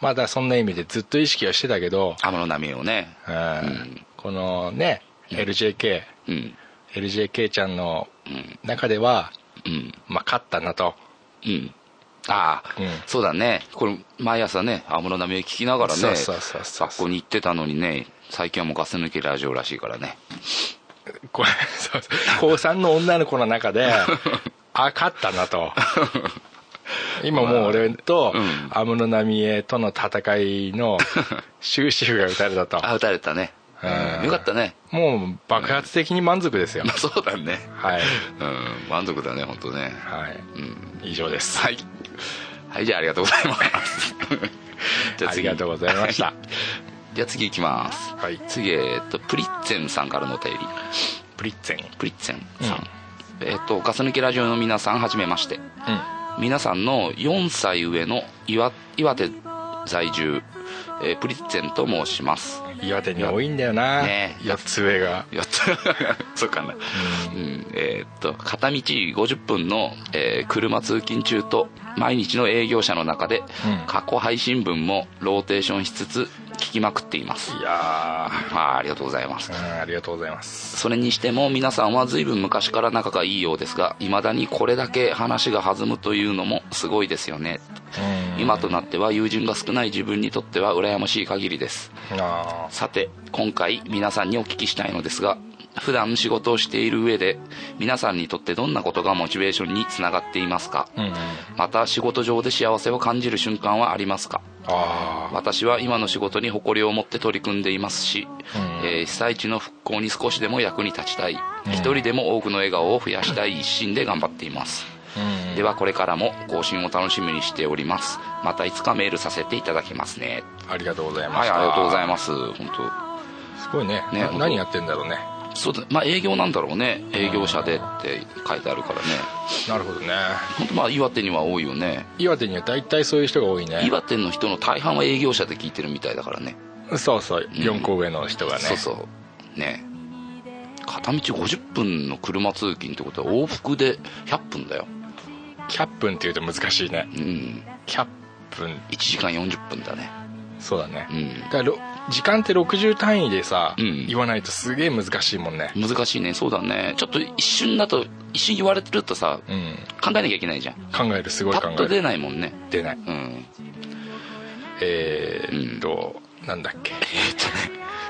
Speaker 4: まあだからそんな意味でずっと意識はしてたけど、
Speaker 3: 安室奈美恵をね。
Speaker 4: うんこのね LJKLJK、
Speaker 3: うん。
Speaker 4: LJK ちゃんの
Speaker 3: うん。
Speaker 4: 中では、
Speaker 3: うん。
Speaker 4: まあ、勝ったなと、
Speaker 3: うん。ああ、
Speaker 4: うん
Speaker 3: そうだね。これ、毎朝ね、安室奈美恵聞きながらね、
Speaker 4: そうそうそうそう
Speaker 3: 学校に行ってたのにね、最近はもうガス抜きラジオらしいからね。
Speaker 4: これ <laughs> そうそう高3の女の子の
Speaker 3: <laughs>
Speaker 4: 中であ勝ったなと今もう俺と
Speaker 3: うん
Speaker 4: 安室奈美恵との戦い
Speaker 3: <laughs>
Speaker 4: の終止符が打たれたと
Speaker 3: あ、打たれたね。う
Speaker 4: うん
Speaker 3: ん、よかったね。 <laughs>
Speaker 4: もう爆発的に満足ですよ
Speaker 3: まあ、そうだね。
Speaker 4: はい、
Speaker 3: うん、満足だね、本当ね。
Speaker 4: はい、
Speaker 3: うん。
Speaker 4: 以上です
Speaker 3: はい。はい、じゃあありがとうございます。じ
Speaker 4: <laughs> ありがとうございました
Speaker 3: はい <laughs> じゃあ次行きます。
Speaker 4: はい
Speaker 3: 次、えっと、プリッツェンさんからのお便り。
Speaker 4: プリッツェン
Speaker 3: プリッツェンさん
Speaker 4: うん。
Speaker 3: えっと、ガス抜きラジオの皆さん、はじめまして。皆さんの4歳上の岩岩手在住、えープリッツェンと申します
Speaker 4: うん岩手に多いんだよな、
Speaker 3: ね
Speaker 4: 4つ上が
Speaker 3: やった <laughs> そうかな、うんえーっと片道50分の、えー車通勤中と毎日の営業者の中で、
Speaker 4: うん
Speaker 3: 過去配信分もローテーションしつつ聞きまくっています
Speaker 4: いや
Speaker 3: あーありがとうございます
Speaker 4: ーうんありがとうございます
Speaker 3: それにしても皆さんは随分昔から仲がいいようですが未だにこれだけ話が弾むというのもすごいですよね
Speaker 4: うん
Speaker 3: 今となっては友人が少ない自分にとっては羨ましい限りです
Speaker 4: あ
Speaker 3: さて今回皆さんにお聞きしたいのですが普段仕事をしている上で皆さんにとってどんなことがモチベーションにつながっていますか、
Speaker 4: ーうん
Speaker 3: また仕事上で幸せを感じる瞬間はありますか
Speaker 4: あ
Speaker 3: 私は今の仕事に誇りを持って取り組んでいますし、えー被災地の復興に少しでも役に立ちたい一人でも多くの笑顔を増やしたい一心で頑張っています
Speaker 4: ー
Speaker 3: ではこれからも更新を楽しみにしておりますまたいつかメールさせていただきますね
Speaker 4: うんありがとうございま
Speaker 3: は
Speaker 4: し
Speaker 3: い
Speaker 4: た
Speaker 3: ありがとうございます本
Speaker 4: すごいね
Speaker 3: ね
Speaker 4: な
Speaker 3: 本当
Speaker 4: 何やってんだろうね
Speaker 3: 当そうだまあ営業なんだろうね営業者でって書いてあるからね
Speaker 4: なるほどね
Speaker 3: 本当まあ岩手には多いよね
Speaker 4: 岩手には大体そういう人が多いね
Speaker 3: 岩手の人の大半は営業者で聞いてるみたいだからね
Speaker 4: そうそう4個上の人がね、
Speaker 3: そうそうね片道50分の車通勤ってことは往復で100分だよ
Speaker 4: キャップンっていうと難しいね
Speaker 3: うん
Speaker 4: キャップン
Speaker 3: 1時間40分だね
Speaker 4: そうだね、
Speaker 3: うん
Speaker 4: だからろ時間って60単位でさ、
Speaker 3: うん
Speaker 4: 言わないとすげえ難しいもんね
Speaker 3: 難しいねそうだねちょっと一瞬だと一瞬言われてるとさ
Speaker 4: うん
Speaker 3: 考えなきゃいけないじゃん
Speaker 4: 考えるすごい
Speaker 3: パ
Speaker 4: 考
Speaker 3: ッ
Speaker 4: え
Speaker 3: と
Speaker 4: る
Speaker 3: 出ないもんね
Speaker 4: 出ない
Speaker 3: うん
Speaker 4: えー、っと、なんだっけ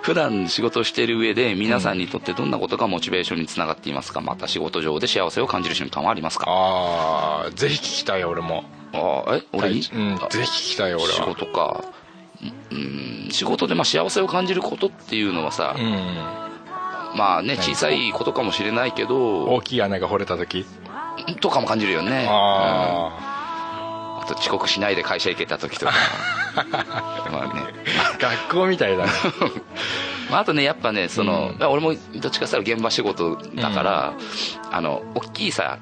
Speaker 3: 普段仕事をしている上で皆さんにとってどんなことがモチベーションにつながっていますかまた仕事上で幸せを感じる瞬間はありますか
Speaker 4: あーぜひ聞きたい俺も
Speaker 3: ああえ俺に、
Speaker 4: うん
Speaker 3: あ
Speaker 4: ぜひ聞きたい俺は
Speaker 3: 仕事かうん仕事でまあ幸せを感じることっていうのはさ、
Speaker 4: うん
Speaker 3: まあね小さいことかもしれないけど
Speaker 4: 大きい穴が掘れた時
Speaker 3: とかも感じるよねうん
Speaker 4: あ
Speaker 3: あと遅刻しないで会社行けた時と
Speaker 4: <laughs>
Speaker 3: かまあね <laughs>
Speaker 4: あ学校みたいだね
Speaker 3: まあ、あとねやっぱねその、
Speaker 4: うん
Speaker 3: まあ俺もどっちかしたら現場仕事だから、あの大きいさ、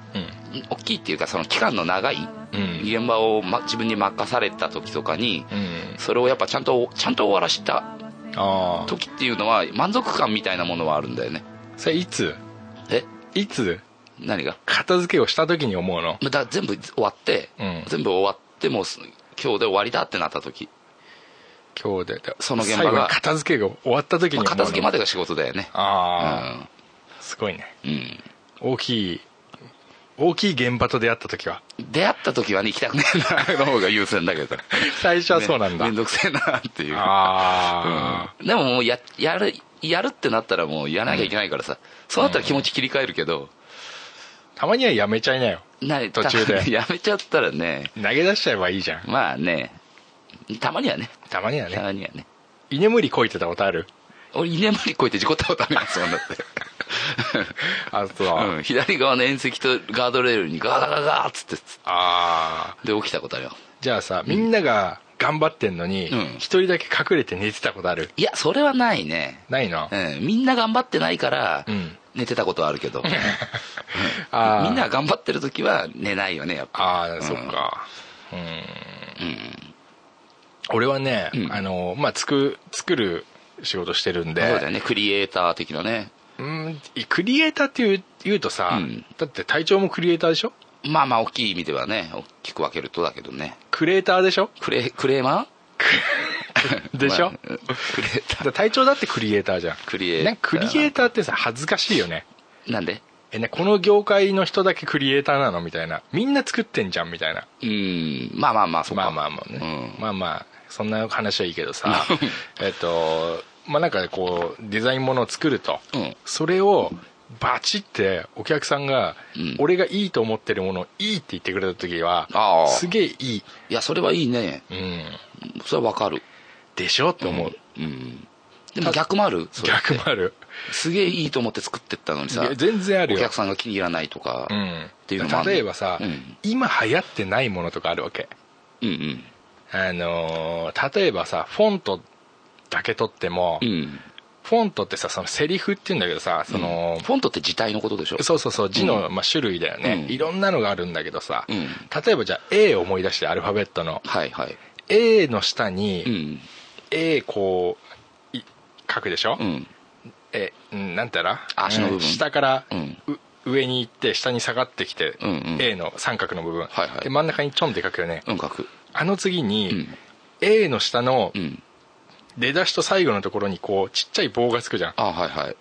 Speaker 3: 大きいっていうかその期間の長い
Speaker 4: うん
Speaker 3: 現場を、ま、自分に任された時とかに、
Speaker 4: うん
Speaker 3: それをやっぱちゃんとちゃんと終わらした
Speaker 4: ああ
Speaker 3: 時っていうのは満足感みたいなものはあるんだよね
Speaker 4: それいつ
Speaker 3: え
Speaker 4: いつ
Speaker 3: 何が
Speaker 4: 片付けをした時に思うの
Speaker 3: まだ全部終わって、
Speaker 4: うん
Speaker 3: 全部終わってもうす今日で終わりだってなった時、
Speaker 4: 今日で
Speaker 3: その現場が
Speaker 4: 最後に片付けが終わった時に
Speaker 3: まあ
Speaker 4: 思うの
Speaker 3: 片付けまでが仕事だよね
Speaker 4: ああ、すごいね
Speaker 3: うん、うん
Speaker 4: 大きい大きい現場と出会った時は。
Speaker 3: 出会った時はね、行きたくねえな、の方が優先だけど。
Speaker 4: 最初はそうなんだ。
Speaker 3: ねめんどくせえな、っていう。
Speaker 4: ああ、
Speaker 3: でももうや、やる、やるってなったらもうやらなきゃいけないからさ。そうなったら気持ち切り替えるけど、
Speaker 4: たまにはやめちゃいなよ。
Speaker 3: な
Speaker 4: 途中で
Speaker 3: た <laughs> やめちゃったらね、
Speaker 4: 投げ出しちゃえばいいじゃん。
Speaker 3: まあね、たまにはね、
Speaker 4: たまには
Speaker 3: た
Speaker 4: ね。
Speaker 3: まにはね。
Speaker 4: 居眠りこいてたことある
Speaker 3: 俺、居眠り越えて事故ったことありますもんだって。
Speaker 4: <laughs> あ、そう。
Speaker 3: うん、左側の縁石とガードレールにガーガーガーっつってつ
Speaker 4: ああ。
Speaker 3: で起きたことあるよ
Speaker 4: じゃあさ、みんなが頑張ってんのに、
Speaker 3: う
Speaker 4: 一、
Speaker 3: ん
Speaker 4: 人だけ隠れて寝てたことある
Speaker 3: いやそれはないね、
Speaker 4: ないな。
Speaker 3: うん、みんな頑張ってないから、
Speaker 4: うん
Speaker 3: 寝てたことはあるけど、うん
Speaker 4: <laughs> あー
Speaker 3: みんなが頑張ってる時は寝ないよねやっぱ
Speaker 4: ああ、
Speaker 3: うん
Speaker 4: そっか。うん。俺はね、
Speaker 3: うん
Speaker 4: あの、まあ、つく、作る仕事してるんで、
Speaker 3: そうだよねクリエイター的なね
Speaker 4: うん、クリエイターっていう言うとさ、
Speaker 3: うん
Speaker 4: だって隊長もクリエイターでしょ
Speaker 3: まあまあ大きい意味ではね大きく分けるとだけどね
Speaker 4: クレーターでしょ
Speaker 3: クレクレーマー
Speaker 4: <laughs> でしょ
Speaker 3: まあクレータ
Speaker 4: だ
Speaker 3: ー
Speaker 4: から隊長だってクリエイターじゃん。
Speaker 3: クリエイター
Speaker 4: なんかクリエイターってさ、恥ずかしいよね。
Speaker 3: なんで
Speaker 4: え、ね、この業界の人だけクリエイターなのみたいな。みんな作ってんじゃんみたいな。
Speaker 3: うんまあまあまあそっか
Speaker 4: まあまあまあね、
Speaker 3: うん
Speaker 4: まあまあそんな話はいいけどさ <laughs> えっとまあなんかこうデザインものを作ると、
Speaker 3: うん
Speaker 4: それをバチってお客さんが、
Speaker 3: うん
Speaker 4: 俺がいいと思ってるものをいいって言ってくれた時は
Speaker 3: ああ
Speaker 4: すげえいい、
Speaker 3: いやそれはいいね
Speaker 4: うん、
Speaker 3: それは分かる
Speaker 4: でしょって思う、
Speaker 3: うんでも逆もあるそれ
Speaker 4: 逆もある
Speaker 3: すげえいいと思って作ってったのに
Speaker 4: い
Speaker 3: さ
Speaker 4: や全然あるよ
Speaker 3: お客さんが気に入らないとか、
Speaker 4: うん
Speaker 3: っていうのもあるね
Speaker 4: 例えばさ、
Speaker 3: うん
Speaker 4: 今流行ってないものとかあるわけ
Speaker 3: うんうん
Speaker 4: あのー例えばさフォントだけ取っても、
Speaker 3: うん
Speaker 4: フォントってさそのセリフって言うんだけどさその、
Speaker 3: フォントって字体のことでしょ
Speaker 4: そうそうそう字の、まあ、種類だよね、
Speaker 3: うん
Speaker 4: いろんなのがあるんだけどさ、
Speaker 3: うん
Speaker 4: 例えばじゃあ A を思い出してアルファベットの
Speaker 3: はいはい
Speaker 4: A の下
Speaker 3: う
Speaker 4: に
Speaker 3: ん
Speaker 4: A こうい書くでしょ、
Speaker 3: うん
Speaker 4: えうんなんたら
Speaker 3: 足の部分
Speaker 4: うん下から、
Speaker 3: うん
Speaker 4: う上に行って下に下がってきて、
Speaker 3: うんうん
Speaker 4: A の三角の部分、
Speaker 3: はいはい
Speaker 4: で真ん中にちょんって書くよね、
Speaker 3: うん書く
Speaker 4: あの次に、
Speaker 3: うん
Speaker 4: A の下の
Speaker 3: うん
Speaker 4: 出だしと最後のところにこうちっちゃい棒がつくじゃん
Speaker 3: あはいはい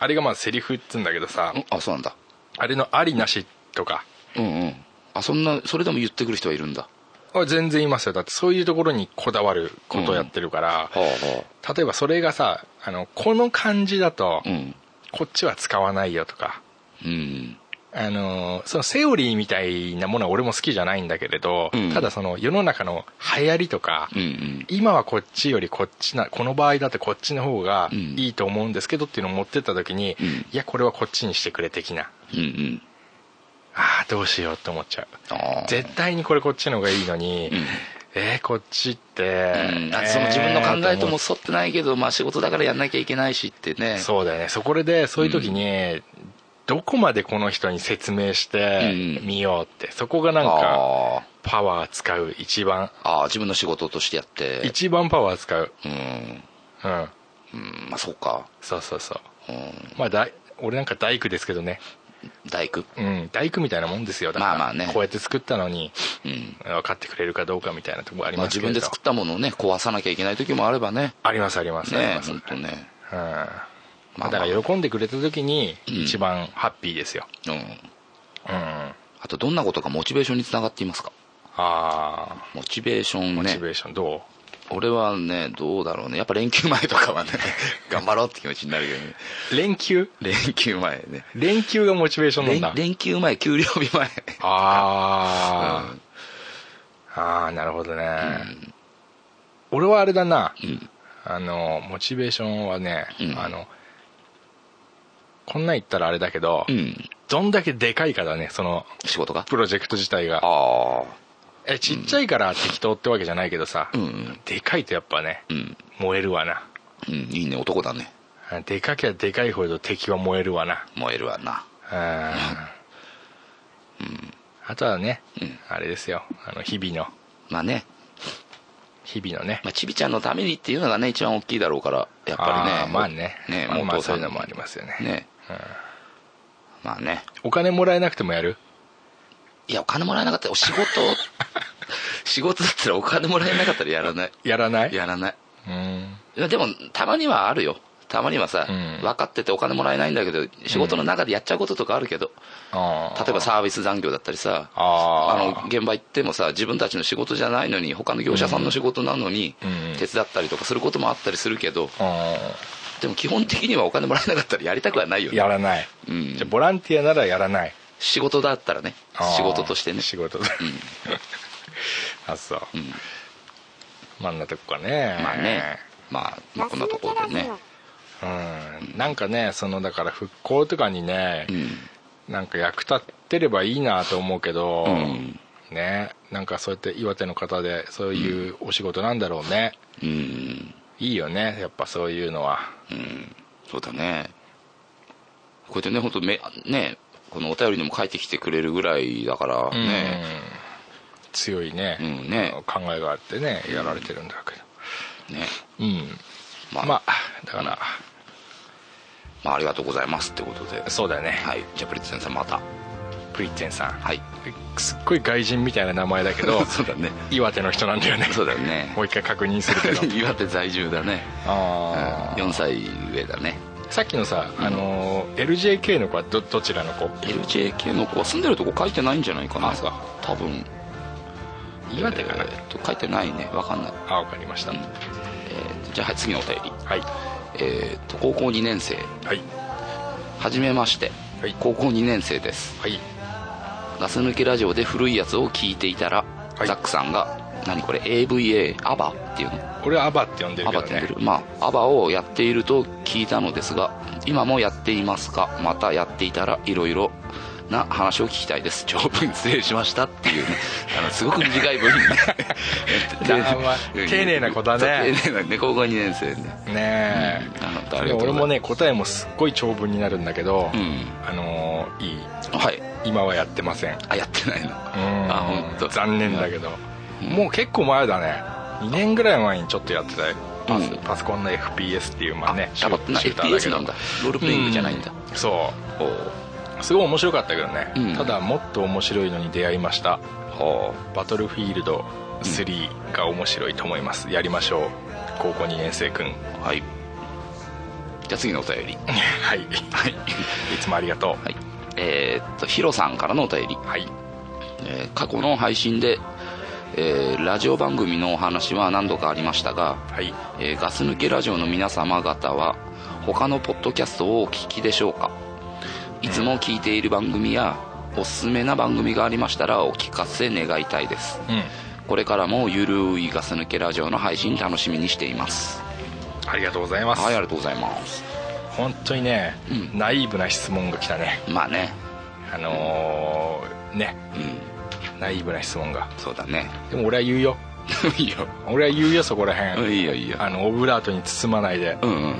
Speaker 4: あれがまあセリフっつうんだけどさ、
Speaker 3: うんあそうなんだ
Speaker 4: あれのありなしとか
Speaker 3: うんうんあそんなそれでも言ってくる人はいるんだ
Speaker 4: あ全然いますよだってそういうところにこだわることをやってるから、
Speaker 3: はあは
Speaker 4: 例えばそれがさあのこの漢字だと
Speaker 3: あうん
Speaker 4: こっちは使わないよとか、
Speaker 3: うん
Speaker 4: あのそのセオリーみたいなものは俺も好きじゃないんだけれど、
Speaker 3: うん
Speaker 4: ただその世の中の流行りとか、
Speaker 3: うんうん
Speaker 4: 今はこっちよりこっちなこの場合だとこっちの方が
Speaker 3: うん
Speaker 4: いいと思うんですけどっていうのを持ってった時に、
Speaker 3: うん
Speaker 4: いやこれはこっちにしてくれ的な
Speaker 3: うんうん
Speaker 4: ああどうしようって思っちゃう
Speaker 3: ああ
Speaker 4: 絶対にこれこっちの方がいいのに、
Speaker 3: ん
Speaker 4: えーこっちって、
Speaker 3: うん、あその自分の考えとも
Speaker 4: えー
Speaker 3: 沿ってないけど、まあ、仕事だからやんなきゃいけないしってね
Speaker 4: そうだよねそこでそういう時に、どこまでこの人に説明して
Speaker 3: うん
Speaker 4: みようってそこがなんか
Speaker 3: あ
Speaker 4: パワー使う一番
Speaker 3: ーあー自分の仕事としてやって
Speaker 4: 一番パワー使う
Speaker 3: うん
Speaker 4: うん
Speaker 3: うんまあそうか
Speaker 4: そうそうそ
Speaker 3: う
Speaker 4: う
Speaker 3: ん
Speaker 4: まあだい俺なんか大工ですけどね
Speaker 3: 大工
Speaker 4: うん大工みたいなもんですよだから、
Speaker 3: まあまあね
Speaker 4: こうやって作ったのに
Speaker 3: うん
Speaker 4: 分かってくれるかどうかみたいなところあり
Speaker 3: まあ
Speaker 4: ます
Speaker 3: 自
Speaker 4: けれ
Speaker 3: 分
Speaker 4: ど、
Speaker 3: で作ったものをね壊さなきゃいけない時もあればね
Speaker 4: ありますありますあり
Speaker 3: ね
Speaker 4: ます、
Speaker 3: 本当ね
Speaker 4: うん
Speaker 3: まあ
Speaker 4: だから喜んでくれた時に
Speaker 3: ん
Speaker 4: 一番ハッピーですよ、
Speaker 3: うん
Speaker 4: うん、あ
Speaker 3: あとどんなことがモチベーションにつながっていますか
Speaker 4: あ
Speaker 3: モチベーション
Speaker 4: モ
Speaker 3: ね
Speaker 4: チベーションど
Speaker 3: 俺はねどうだろうねやっぱ連休前とかは
Speaker 4: <laughs>
Speaker 3: ね頑張ろうって気持ちになるけどね
Speaker 4: う連休
Speaker 3: 連休前ね
Speaker 4: 連休がモチベーションなん
Speaker 3: 連
Speaker 4: だ
Speaker 3: 連休前給料日前
Speaker 4: あー、あーなるほどね、俺はあれだな、
Speaker 3: ん
Speaker 4: あのモチベーションはね、
Speaker 3: うん
Speaker 4: あのこんなん言ったらあれだけど、
Speaker 3: うん
Speaker 4: どんだけでかいかだねその
Speaker 3: 仕事が
Speaker 4: プロジェクト自体が
Speaker 3: ああ
Speaker 4: えちっちゃいから適当ってわけじゃないけどさ、
Speaker 3: うん
Speaker 4: でかいとやっぱね、
Speaker 3: うん
Speaker 4: 燃えるわな
Speaker 3: うんいいね男だね
Speaker 4: でかきゃでかいほど敵は燃えるわな
Speaker 3: 燃えるわな
Speaker 4: うんあとはね、あれですよあの日々の
Speaker 3: まあね、
Speaker 4: 日々のね
Speaker 3: まあ、ちびちゃんのためにっていうのがね一番大きいだろうからやっぱり
Speaker 4: あー
Speaker 3: ね
Speaker 4: まあね
Speaker 3: ね
Speaker 4: まあ、
Speaker 3: も
Speaker 4: まあ
Speaker 3: 父
Speaker 4: そ
Speaker 3: さ
Speaker 4: うんいう
Speaker 3: に
Speaker 4: のもありますよね
Speaker 3: ねまあね
Speaker 4: お金もらえなくてもやる
Speaker 3: いやお金もらえなかったらお仕事 <laughs> 仕事だったらお金もらえなかったらやらない
Speaker 4: やらない
Speaker 3: やらない
Speaker 4: うん
Speaker 3: いやでもたまにはあるよたまにはさ、
Speaker 4: うん
Speaker 3: 分かっててお金もらえないんだけど、仕事の中でやっちゃうこととかあるけど、
Speaker 4: あー
Speaker 3: 例えばサービス残業だったりさ、
Speaker 4: あー
Speaker 3: の現場行ってもさ、自分たちの仕事じゃないのに、他の業者さんの仕事なのに
Speaker 4: うん、
Speaker 3: 手伝ったりとかすることもあったりするけど、
Speaker 4: あ
Speaker 3: でも基本的にはお金もらえなかったらやりたくはないよ
Speaker 4: ー
Speaker 3: ね
Speaker 4: や。らない、
Speaker 3: うん
Speaker 4: じゃあボランティアならやらない
Speaker 3: 仕事だったらね
Speaker 4: あ、ー
Speaker 3: 仕事としてね。
Speaker 4: 仕事 <laughs> あそう、
Speaker 3: うん
Speaker 4: まあんなとこかね
Speaker 3: まあね、まあ、まあこんなところでね。
Speaker 4: うんなんかねそのだから復興とかにね、
Speaker 3: うん
Speaker 4: なんか役立ってればいいなと思うけど、
Speaker 3: うん
Speaker 4: ねなんかそうやって岩手の方でそういうお仕事なんだろうね、
Speaker 3: うん、
Speaker 4: いいよねやっぱそういうのは
Speaker 3: うん、そうだね。こうやってね、本当めね、このお便りにも書いてきてくれるぐらいだからね、
Speaker 4: うん強いね,、
Speaker 3: うんね
Speaker 4: 考えがあってねやられてるんだけ
Speaker 3: ね、
Speaker 4: どうん
Speaker 3: まあ、
Speaker 4: ま
Speaker 3: ま
Speaker 4: あだから、
Speaker 3: あ、ありがとうございますってことで。
Speaker 4: そうだね、
Speaker 3: はい、じゃあプリッツェンさんまた。
Speaker 4: プリッツェンさん、
Speaker 3: はい。
Speaker 4: すっごい外人みたいな名前だけど
Speaker 3: <laughs> そうだね。
Speaker 4: 岩手の人なんだよね
Speaker 3: そうだね
Speaker 4: も。う一回確認する
Speaker 3: <laughs>
Speaker 4: けど
Speaker 3: 岩手在住だね。うん
Speaker 4: あー
Speaker 3: 4歳上だね。
Speaker 4: さっきのさ、あのー LJK の子はどどちらの子
Speaker 3: LJK の子は住んでるとこ書いてないんじゃないかな。
Speaker 4: あそう
Speaker 3: 多分。
Speaker 4: 岩手かな
Speaker 3: えーっと書いてないね。わかんない。
Speaker 4: あわかりました、
Speaker 3: うん
Speaker 4: は
Speaker 3: えーっとじゃあはい次のお便り。
Speaker 4: い
Speaker 3: えーっと高校2年生。
Speaker 4: はい
Speaker 3: はじめまして、
Speaker 4: はい
Speaker 3: 高校2年生です
Speaker 4: はい
Speaker 3: ガス抜きラジオで古いやつを聞いていたら、
Speaker 4: はい
Speaker 3: ザックさんが「何これ AVA アバっていうの、
Speaker 4: 俺はアバって呼んでる
Speaker 3: ア
Speaker 4: け
Speaker 3: バ
Speaker 4: ど
Speaker 3: って呼んで
Speaker 4: ね
Speaker 3: るまあアバをやっていると聞いたのですが今もやっていますかまたやっていたらいろいろな話を聞きたいです長文失礼しましたって
Speaker 4: <laughs>
Speaker 3: いう、ね、あのすごく短い文に
Speaker 4: あまあ丁寧な子だね
Speaker 3: そう丁寧なね高校2年生ね
Speaker 4: ね
Speaker 3: うんあな
Speaker 4: え
Speaker 3: たあ、り
Speaker 4: で
Speaker 3: がとうございます
Speaker 4: 俺もね答えもすっごい長文になるんだけど、
Speaker 3: うん
Speaker 4: あのーいい
Speaker 3: はい
Speaker 4: 今はやってません
Speaker 3: あやってないのあ本当
Speaker 4: 残念だけど、もう結構前だね2年ぐらい前にちょっとやってたよパス、
Speaker 3: うん
Speaker 4: パソコンの FPS っていうまあね
Speaker 3: あやっぱな FPS なんだロールプレイングじゃないんだ、
Speaker 4: うんそ
Speaker 3: おう
Speaker 4: うすごい面白かったけどね、
Speaker 3: うん
Speaker 4: ただもっと面白いのに出会いました
Speaker 3: ほ
Speaker 4: バトルフィールド3が面白いと思います、やりましょう高校2年
Speaker 3: <laughs>
Speaker 4: 生くん
Speaker 3: うはいじゃあ次のお便り
Speaker 4: はいい
Speaker 3: はい、
Speaker 4: つもありがと
Speaker 3: はい、えーっとヒロさんからのお便り、
Speaker 4: うはい
Speaker 3: えー過去の配信で、えーラジオ番組のお話は何度かありましたが、
Speaker 4: はい
Speaker 3: えーガス抜けラジオの皆様方は他のポッドキャストをお聞きでしょうかいつも聞いている番組やおすすめな番組がありましたらお聞かせ願いたいです
Speaker 4: うん
Speaker 3: これからもゆるいガス抜けラジオの配信楽しみにしています
Speaker 4: ありがとうございます、
Speaker 3: はいありがとうございます
Speaker 4: 本当にね、
Speaker 3: うん
Speaker 4: ナイーブな質問が来たね
Speaker 3: まあね
Speaker 4: あのーね
Speaker 3: うん
Speaker 4: ナイーブな質問が
Speaker 3: そうだね
Speaker 4: でも俺は言うよ
Speaker 3: <laughs> いいよ
Speaker 4: 俺は言うよそこら
Speaker 3: う
Speaker 4: 辺
Speaker 3: んいいよいいよ
Speaker 4: あのオブラートに包まないで
Speaker 3: うんうん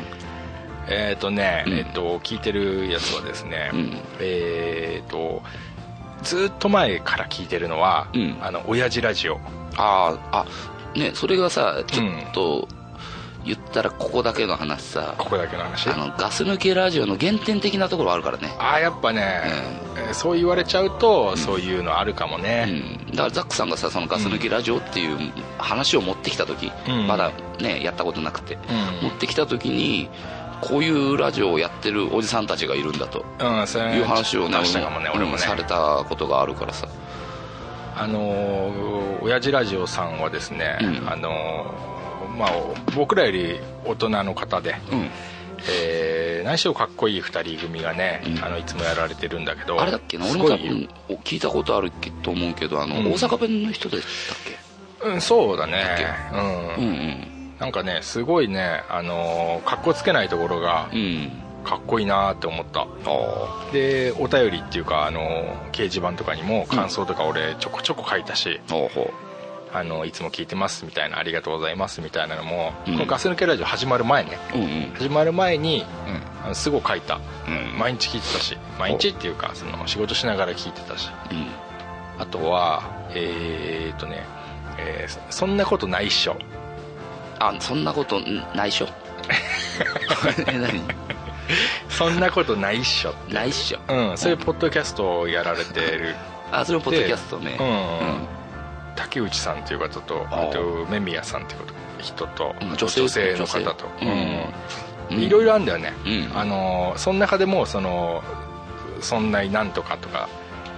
Speaker 4: えっ、とね、
Speaker 3: うん
Speaker 4: えっと聞いてるやつはですね、
Speaker 3: うん
Speaker 4: えっ、とずっと前から聞いてるのは、
Speaker 3: うん
Speaker 4: あの親父ラジオ
Speaker 3: あああねそれがさちょっと言ったらここだけの話さ
Speaker 4: ここだけの話
Speaker 3: あのガス抜けラジオの原点的なところあるからね
Speaker 4: ああやっぱね、えーそう言われちゃうと、そういうのあるかも
Speaker 3: う
Speaker 4: ね、
Speaker 3: ん、だからザックさんがさそのガス抜きラジオっていう話を持ってきた時、
Speaker 4: うん
Speaker 3: まだねやったことなくて、
Speaker 4: う
Speaker 3: 持
Speaker 4: ん
Speaker 3: ってきた時にこういうラジオをやってるおじさんたちがいるんだと
Speaker 4: うんそう
Speaker 3: いう話をね
Speaker 4: 出したかもね
Speaker 3: 俺
Speaker 4: 俺
Speaker 3: も
Speaker 4: もね
Speaker 3: されたことがあるからさ
Speaker 4: あのー親父ラジオさんはですね、
Speaker 3: うん
Speaker 4: あのーまあ僕らより大人の方で、
Speaker 3: うん
Speaker 4: えー、何しろかっこいい2人組がね、
Speaker 3: うん
Speaker 4: あのいつもやられてるんだけど
Speaker 3: あれだっけな俺
Speaker 4: す
Speaker 3: も
Speaker 4: ご
Speaker 3: 多
Speaker 4: いよ
Speaker 3: 分聞いたことあるけと思うけどあの、
Speaker 4: うん
Speaker 3: 大阪弁の人でしたっ
Speaker 4: うんそう
Speaker 3: だ
Speaker 4: だ
Speaker 3: っ
Speaker 4: ね
Speaker 3: け
Speaker 4: う
Speaker 3: うん
Speaker 4: ん、
Speaker 3: うん
Speaker 4: なんかねすごいねあのーかっこつけないところが
Speaker 3: うん
Speaker 4: かっこいいなって思った
Speaker 3: あ
Speaker 4: でお便りっていうかあのー掲示板とかにも感想とか俺ちょこちょこ書いたし、
Speaker 3: あほうほ
Speaker 4: あのいつも聞いてますみたいなありがとうございますみたいなのも、
Speaker 3: うん
Speaker 4: このガス抜けラジオ始まる前ね
Speaker 3: ううんうん
Speaker 4: 始まる前に
Speaker 3: うん
Speaker 4: あのすぐ書いた、
Speaker 3: うん
Speaker 4: 毎日聞いてたし毎日っていうかその仕事しながら聞いてたし
Speaker 3: うん
Speaker 4: あとはえー、っとね、えーそそんなことないっしょ」 <laughs>
Speaker 3: あそんなことんないっしょえ何
Speaker 4: 「そんなことないっしょ」
Speaker 3: ないっしょ
Speaker 4: うん、そういうポッドキャストをやられてる
Speaker 3: あそれもポッドキャストね
Speaker 4: でうん竹内さんという方と
Speaker 3: あー
Speaker 4: あと梅宮さんという人と
Speaker 3: うん
Speaker 4: 女性の方と、
Speaker 3: 女性うんうん
Speaker 4: いろいろあるんだよね、
Speaker 3: うん
Speaker 4: あのーその中でもそのそんなになんとかとか、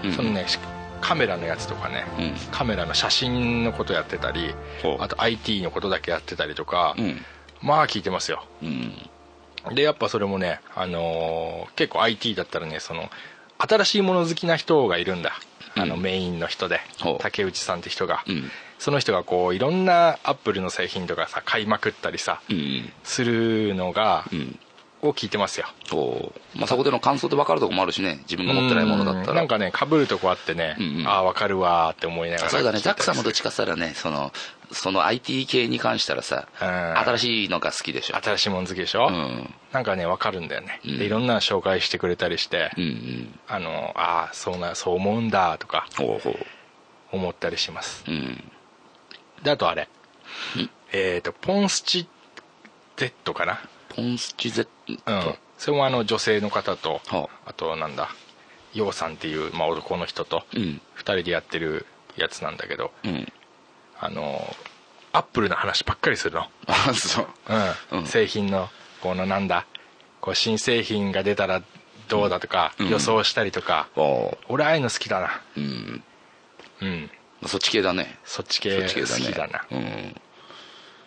Speaker 3: うん
Speaker 4: そのねしカメラのやつとかね、
Speaker 3: うん
Speaker 4: カメラの写真のことやってたり
Speaker 3: ほう
Speaker 4: あと IT のことだけやってたりとか、
Speaker 3: うん
Speaker 4: まあ聞いてますよ
Speaker 3: うん
Speaker 4: でやっぱそれもね、あのー結構 IT だったらねその新しいもの好きな人がいるんだ、あの
Speaker 3: うん
Speaker 4: メインの人で
Speaker 3: ほう
Speaker 4: 竹内さんって人が、
Speaker 3: うん
Speaker 4: その人がこういろんなアップルの製品とかさ買いまくったりさ、
Speaker 3: うん
Speaker 4: するのが、
Speaker 3: うん
Speaker 4: を聞いてますよ
Speaker 3: ほうまあ、そこでの感想で分かるとこもあるしね自分が持ってないものだった
Speaker 4: うん
Speaker 3: ら
Speaker 4: なんかねかぶるとこあってね、
Speaker 3: うんうん
Speaker 4: ああ分かるわーって思いながら
Speaker 3: そうだね
Speaker 4: 聞いた
Speaker 3: ザッ
Speaker 4: り
Speaker 3: ク
Speaker 4: す
Speaker 3: さ
Speaker 4: る
Speaker 3: んもどっちかって言ったらねそのその IT 系に関したらさ
Speaker 4: うん
Speaker 3: 新しいのが好きでしょ
Speaker 4: 新しいもの好きでしょ、
Speaker 3: うん
Speaker 4: なんかね分かるんだよね、
Speaker 3: うん
Speaker 4: でいろんなの紹介してくれたりして、
Speaker 3: うんうん
Speaker 4: あのああそうなそう思うんだとか
Speaker 3: ほうほ
Speaker 4: 思ったりします
Speaker 3: ううん
Speaker 4: であとあれえっ、とポンスチ Z かな
Speaker 3: ポンスチゼッ
Speaker 4: うん、それもあの女性の方と、
Speaker 3: は
Speaker 4: あとなんだヨウさんっていう、まあ、男の人と
Speaker 3: うん
Speaker 4: 2人でやってるやつなんだけど、
Speaker 3: うん
Speaker 4: あのアップルの話ばっかりするの、
Speaker 3: あそう
Speaker 4: うん
Speaker 3: うん
Speaker 4: 製品のこのなんだこう新製品が出たらどうだとか、
Speaker 3: うん
Speaker 4: 予想したりとか、
Speaker 3: お
Speaker 4: 俺ああいうの好きだな
Speaker 3: うん
Speaker 4: うん
Speaker 3: そっち系だね
Speaker 4: そっち
Speaker 3: そ
Speaker 4: 系
Speaker 3: っ
Speaker 4: 好
Speaker 3: ち系だね
Speaker 4: きだな
Speaker 3: うん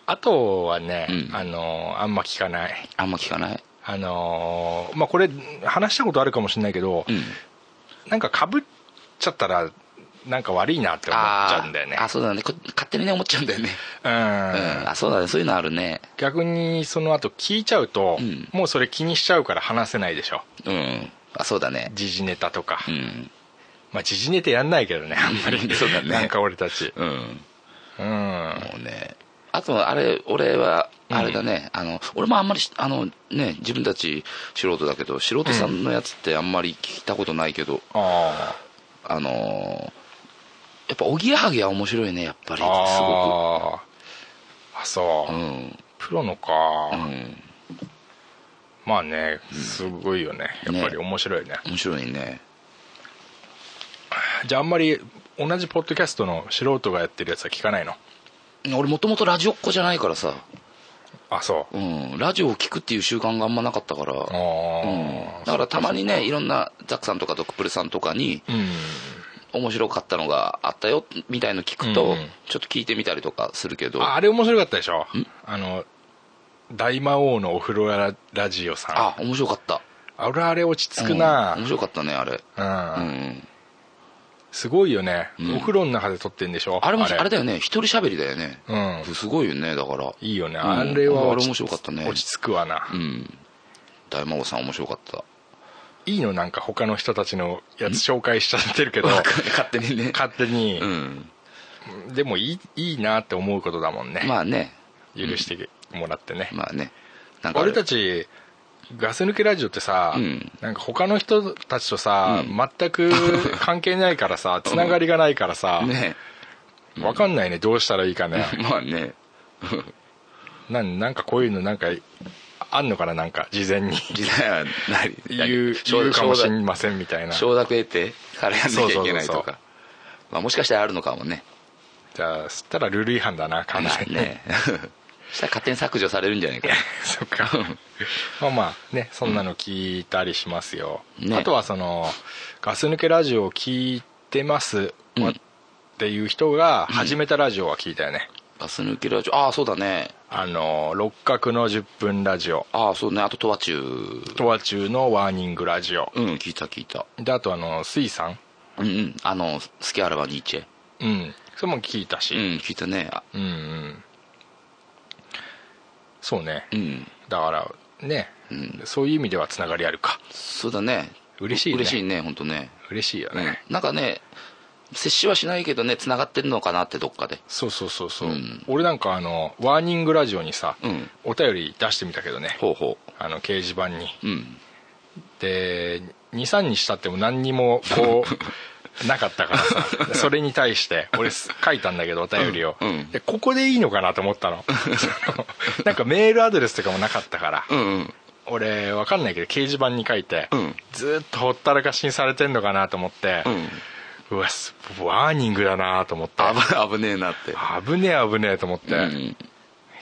Speaker 4: あとはね、
Speaker 3: うん
Speaker 4: あのあんま聞かない
Speaker 3: あんま聞かない
Speaker 4: あのまあこれ話したことあるかもしれないけど、
Speaker 3: うん
Speaker 4: なんかかぶっちゃったらなんか悪いなって思っちゃうんだよね
Speaker 3: あーあそうだねこ勝手にね思っちゃうんだよねうん
Speaker 4: うん
Speaker 3: あそうだねそういうのあるね
Speaker 4: 逆にその後聞いちゃうと、
Speaker 3: うん
Speaker 4: もうそれ気にしちゃうから話せないでしょ
Speaker 3: うんあそうだね
Speaker 4: 時事ネタとか、
Speaker 3: うん
Speaker 4: まあ時事ネタやんないけどねあんまり
Speaker 3: <laughs> そうだね
Speaker 4: なんか俺たち
Speaker 3: うん
Speaker 4: うんあ
Speaker 3: もうねあとあれ俺はあれだね、あの俺もあんまりしあのね自分たち素人だけど素人さんのやつってあんまり聞いたことないけど、
Speaker 4: あ
Speaker 3: あのーやっぱおぎやはぎは面白いねやっぱりすご
Speaker 4: ああそう、
Speaker 3: くうん
Speaker 4: プロのか、
Speaker 3: うん
Speaker 4: まあねすごいよねやっぱり面白いね
Speaker 3: 面白いね
Speaker 4: じゃああんまり同じポッドキャストの素人がやってるやつは聞かないの
Speaker 3: 俺もともとラジオっ子じゃないからさ、
Speaker 4: あそう
Speaker 3: うん、ラジオを聞くっていう習慣があんまなかったから、
Speaker 4: あ
Speaker 3: うん、
Speaker 4: あ
Speaker 3: だからたまにねいろんなザックさんとかドクプルさんとかに
Speaker 4: うん、
Speaker 3: 面白かったのがあったよみたいの聞くと、
Speaker 4: うん
Speaker 3: ちょっと聞いてみたりとかするけど
Speaker 4: ああれ面白かったでしょあの大魔王のお風呂ララジオさん
Speaker 3: あ面白かった
Speaker 4: あ俺あれ落ち着くな
Speaker 3: うん面白かったねあれ
Speaker 4: う、
Speaker 3: うんん
Speaker 4: すごいよね、
Speaker 3: うん
Speaker 4: お風呂の中で撮ってんでしょ
Speaker 3: あれもあれだよね一人喋りだよね
Speaker 4: うん
Speaker 3: すごいよねだから
Speaker 4: いいよね
Speaker 3: うん
Speaker 4: あれは
Speaker 3: あ
Speaker 4: 落
Speaker 3: れ
Speaker 4: ち
Speaker 3: 面白かったね
Speaker 4: 落ち着くわな、
Speaker 3: うん大魔王さん面白かった
Speaker 4: いいのなんか他の人たちのやつ紹介しちゃってるけ
Speaker 3: <laughs>
Speaker 4: ど
Speaker 3: 勝手にね
Speaker 4: 勝手に
Speaker 3: う、ん
Speaker 4: でもいいいいなって思うことだもんね、
Speaker 3: まあね
Speaker 4: 許してもらってね、
Speaker 3: まあねなんかあれ
Speaker 4: 俺たちガス抜けラジオってさ、
Speaker 3: うん
Speaker 4: なんか他の人たちとさ、
Speaker 3: うん <laughs>
Speaker 4: 全く関係ないからさつながりがないからさ、
Speaker 3: ね
Speaker 4: わかんないねどうしたらいいかね
Speaker 3: <laughs> まあね
Speaker 4: なんなんかこういうのなんかあんのかななんか事前に
Speaker 3: 時代はない
Speaker 4: 言う
Speaker 3: 承
Speaker 4: 言うかもしれ
Speaker 3: 承
Speaker 4: ませんみたいな
Speaker 3: 諾
Speaker 4: じ
Speaker 3: 承諾得てからやんなきゃいけない
Speaker 4: そうそうそ
Speaker 3: と
Speaker 4: うそう
Speaker 3: かまあもしかしたらあるのかもね
Speaker 4: ゃあそしたらルール違反だな完
Speaker 3: まあ
Speaker 4: 全に、
Speaker 3: ね <laughs> したら勝手に削除されるんじゃないかな
Speaker 4: <laughs> そっか <laughs> まあまあねそんなの聞いたりしますよ、
Speaker 3: ね
Speaker 4: あとはそのガス抜けラジオを聞いてます、
Speaker 3: うん
Speaker 4: っていう人が始めたラジオは聞いたよね、
Speaker 3: ガス抜けラジオああそうだね
Speaker 4: あの六角の10分ラジオ
Speaker 3: ああそうねあとトワチュ
Speaker 4: とは中のワーニングラジオ
Speaker 3: うん聞いた聞いた
Speaker 4: であとあの水さん
Speaker 3: うんうんあのスキャーラバニーチェ
Speaker 4: うんそれも聞いたし、
Speaker 3: うん聞いたねあ
Speaker 4: うんうんそうね
Speaker 3: うん
Speaker 4: だからね、
Speaker 3: ん
Speaker 4: そういう意味ではつながりあるか
Speaker 3: そうだね
Speaker 4: 嬉しいね
Speaker 3: 嬉しいね本当ね
Speaker 4: 嬉しいよ
Speaker 3: う
Speaker 4: ね、
Speaker 3: んなんかね接しはしないけどね繋がってるのかなってどっかで
Speaker 4: そうそうそうそう、
Speaker 3: うん
Speaker 4: 俺なんかあのワーニングラジオにさ、
Speaker 3: うん
Speaker 4: お便り出してみたけどね
Speaker 3: ほうほ
Speaker 4: あの掲示板に
Speaker 3: ううん
Speaker 4: で23にしたっても何にもこ
Speaker 3: <laughs>
Speaker 4: うなかったからさそれに対して俺す書いたんだけどお便りを、
Speaker 3: うんうん
Speaker 4: でここでいいのかなと思っ
Speaker 3: <laughs>
Speaker 4: たのそのなんかメールアドレスとかもなかったから、
Speaker 3: うんうん
Speaker 4: 俺わかんないけど掲示板に書いて、
Speaker 3: うん
Speaker 4: ずーっとほったらかしにされてんのかなと思って、
Speaker 3: うん
Speaker 4: うわすワーニングだなと思って
Speaker 3: 危ね危ねえなって
Speaker 4: 危ねえ危ねえと思って、
Speaker 3: うん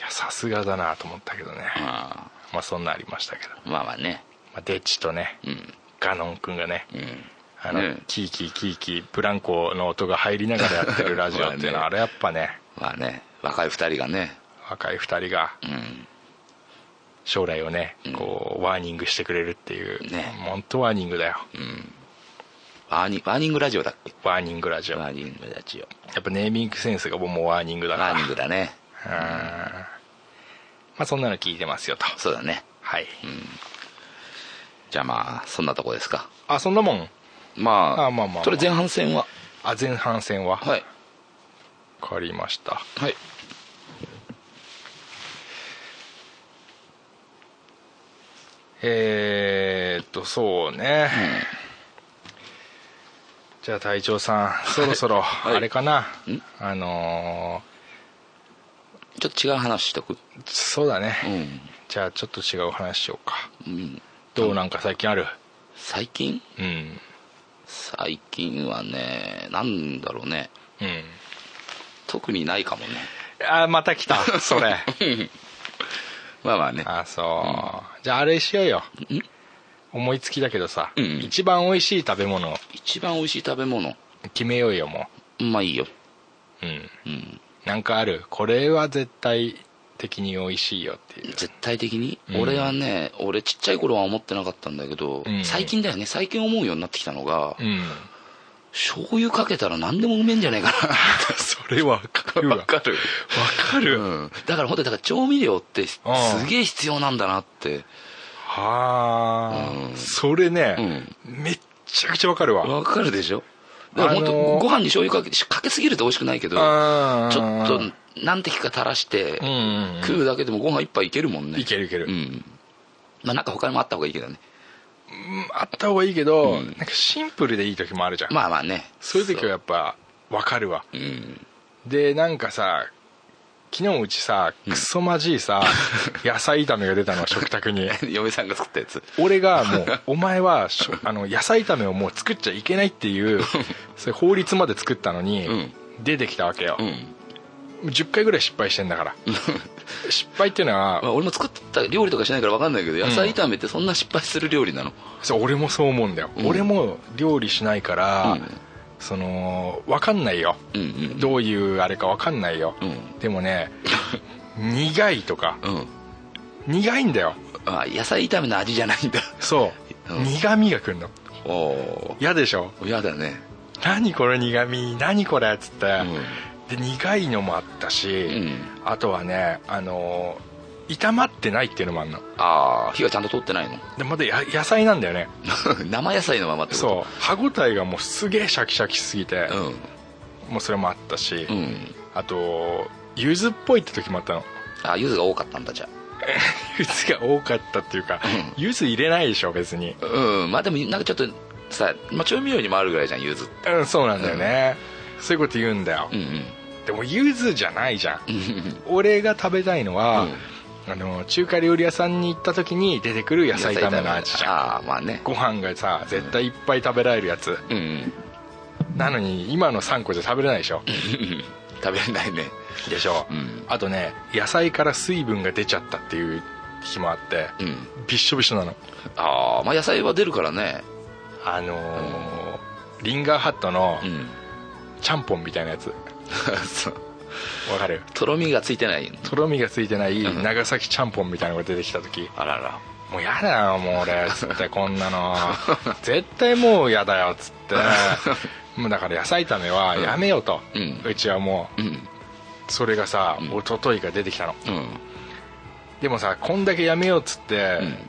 Speaker 4: やさすがだなと思ったけどね
Speaker 3: あ
Speaker 4: まあそんなんありましたけど、
Speaker 3: ーまあまあね
Speaker 4: まあ、デッチとね、
Speaker 3: うん
Speaker 4: ガノン君がね、
Speaker 3: うん
Speaker 4: あの、
Speaker 3: ね
Speaker 4: キーキーキーキーブランコの音が入りながらやってるラジオっていうのは
Speaker 3: <laughs> ま
Speaker 4: あ
Speaker 3: あね
Speaker 4: れやっぱね
Speaker 3: まあね若い二人がね
Speaker 4: 若い2人が
Speaker 3: うん
Speaker 4: 将来をね
Speaker 3: うん
Speaker 4: こうワーニングしてくれるっていう、
Speaker 3: ね
Speaker 4: 本当ワーニングだよ、
Speaker 3: ワーニワーニングラジオだっけ
Speaker 4: ワーニングラジオや
Speaker 3: ワーニングラジオ
Speaker 4: っぱネーミングセンスがもうワーニングだから
Speaker 3: ワーニングだね
Speaker 4: うんまあそんなの聞いてますよと
Speaker 3: そうだね
Speaker 4: はい、
Speaker 3: じゃあまあそんなとこですか
Speaker 4: あそんなもん
Speaker 3: まあ
Speaker 4: あまあまあまあ
Speaker 3: それ前半戦は
Speaker 4: あ前半戦は、
Speaker 3: はい
Speaker 4: わかりました
Speaker 3: はい
Speaker 4: えー、っとそうね、じゃあ隊長さんそろそろ
Speaker 3: い
Speaker 4: あれかな、
Speaker 3: ん
Speaker 4: あの
Speaker 3: ちょっと違う話しとく
Speaker 4: ーそうだね、
Speaker 3: うん、
Speaker 4: じゃあちょっと違う話しようか
Speaker 3: うん、
Speaker 4: どうなんか最近ある
Speaker 3: 最近
Speaker 4: うん
Speaker 3: 最近はねなんだろうね
Speaker 4: うん
Speaker 3: 特にないかもね
Speaker 4: あまた
Speaker 3: <laughs>
Speaker 4: 来たそれ
Speaker 3: まあまあね
Speaker 4: あそう、じゃああれしようよ
Speaker 3: ん
Speaker 4: 思いつきだけどさ、
Speaker 3: うん
Speaker 4: 一番美味しい食べ物
Speaker 3: 一番美味しい食べ物
Speaker 4: 決めようよも
Speaker 3: まあいいよ
Speaker 4: ううん
Speaker 3: うん
Speaker 4: なんかあるこれは絶対的に美味しいよっていう
Speaker 3: 絶対的に、
Speaker 4: うん
Speaker 3: 俺はね俺ちっちゃい頃は思ってなかったんだけど、
Speaker 4: うん
Speaker 3: 最近だよね最近思うようになってきたのが、 <laughs>
Speaker 4: うん
Speaker 3: 醤油かけたら何でもうめえんじゃねえかな
Speaker 4: それわかるわか
Speaker 3: る
Speaker 4: る、
Speaker 3: うん、だからほんとだから調味料ってす
Speaker 4: うん
Speaker 3: すげえ必要なんだなって
Speaker 4: はあ、
Speaker 3: うん
Speaker 4: それね、めっちゃくちゃわかるわ
Speaker 3: わかるでしょだからほんと
Speaker 4: あのー
Speaker 3: ご飯に醤油かけてかけすぎると美味しくないけど
Speaker 4: あー
Speaker 3: ちょっと何滴か垂らして、
Speaker 4: うんうんうん
Speaker 3: 食うだけでもご飯一杯いけるもんね
Speaker 4: いけるいける
Speaker 3: うんまあなんか他にもあった方がいいけどね
Speaker 4: うんあった方がいいけど、
Speaker 3: うん
Speaker 4: なんかシンプルでいい時もあるじゃん、
Speaker 3: まあまあね
Speaker 4: そういう時はやっぱわかるわ
Speaker 3: そううん
Speaker 4: でなんかさ昨日うちさクソまじい <laughs> さ、野菜炒めが出たの食卓に
Speaker 3: 嫁さんが <laughs> 作ったやつ
Speaker 4: 俺がもう <laughs> 「お前はしょあの野菜炒めをもう作っちゃいけない」って <laughs> いうそういう法律まで作ったのに、
Speaker 3: うん
Speaker 4: 出てきたわけよ、
Speaker 3: うん、
Speaker 4: 10回ぐらい失敗してんだから失敗っていうのは
Speaker 3: <laughs> まあ、俺も作った料理とかしないから分かんないけど野菜炒めってそんな失敗する料理なの
Speaker 4: そう俺もそう思うんだよ、
Speaker 3: うん
Speaker 4: 俺も料理しないから、
Speaker 3: うん
Speaker 4: その分かんないよ、
Speaker 3: うんうん
Speaker 4: どういうあれか分かんないよ、
Speaker 3: うん
Speaker 4: でもね苦いとか
Speaker 3: うん
Speaker 4: 苦いんだよ
Speaker 3: あ野菜炒めの味じゃないんだ
Speaker 4: そう、
Speaker 3: うん
Speaker 4: 苦味がくるの
Speaker 3: おお
Speaker 4: 嫌でしょ
Speaker 3: やだね
Speaker 4: 何これ苦味何これっつって、
Speaker 3: ん
Speaker 4: で苦いのもあったし、
Speaker 3: うん
Speaker 4: あとはねあのー炒まってないっていうのもあるの
Speaker 3: ああ火がちゃんと通ってないの <laughs>
Speaker 4: でまだや野菜なんだよね
Speaker 3: 生野菜のままってこと
Speaker 4: そう歯ごたえがもうすげえシャキシャキしすぎて、
Speaker 3: うん
Speaker 4: もうそれもあったし、
Speaker 3: うん
Speaker 4: あと柚子っぽいって時もあったの <laughs>
Speaker 3: あ柚子が多かったんだじゃ
Speaker 4: 柚子が多かったっていうか
Speaker 3: う
Speaker 4: 柚子入れないでしょ別に
Speaker 3: あうんまあでもなんかちょっとさ、まあ、調味料にもあるぐらいじゃん柚子って
Speaker 4: うんそうなんだよね、そういうこと言うんだよ、
Speaker 3: うん
Speaker 4: でも柚子じゃないじゃ
Speaker 3: う
Speaker 4: ん
Speaker 3: ん
Speaker 4: 俺が食べたいのは、
Speaker 3: うん
Speaker 4: あの中華料理屋さんに行った時に出てくる野菜炒めの味じゃん
Speaker 3: ああまあね
Speaker 4: ご飯がさ絶対いっぱい食べられるやつ
Speaker 3: うん <laughs>
Speaker 4: なのに今の3個じゃ食べれないでしょ
Speaker 3: 食べれないね
Speaker 4: でしょ、
Speaker 3: うん
Speaker 4: あとね野菜から水分が出ちゃったっていう日もあって、
Speaker 3: うん
Speaker 4: びっしょびしょなの
Speaker 3: ああまあ野菜は出るからね
Speaker 4: あのーリンガーハットの
Speaker 3: うん <laughs>
Speaker 4: ちゃんぽんみたいなやつわ
Speaker 3: そう
Speaker 4: かる
Speaker 3: とろみがついてない
Speaker 4: とろみがついてない
Speaker 3: うん
Speaker 4: 長崎ちゃんぽんみたいなのが出てきた時
Speaker 3: あらら
Speaker 4: もうやだよもう俺つってこんな
Speaker 3: <laughs>
Speaker 4: の絶対もうやだよつってもうだから野菜炒めはやめようと、
Speaker 3: う
Speaker 4: うんちはも
Speaker 3: うん
Speaker 4: うそれがさ、
Speaker 3: うん
Speaker 4: 一昨日が出てきたの
Speaker 3: うん
Speaker 4: でもさこんだけやめようっつって、
Speaker 3: うん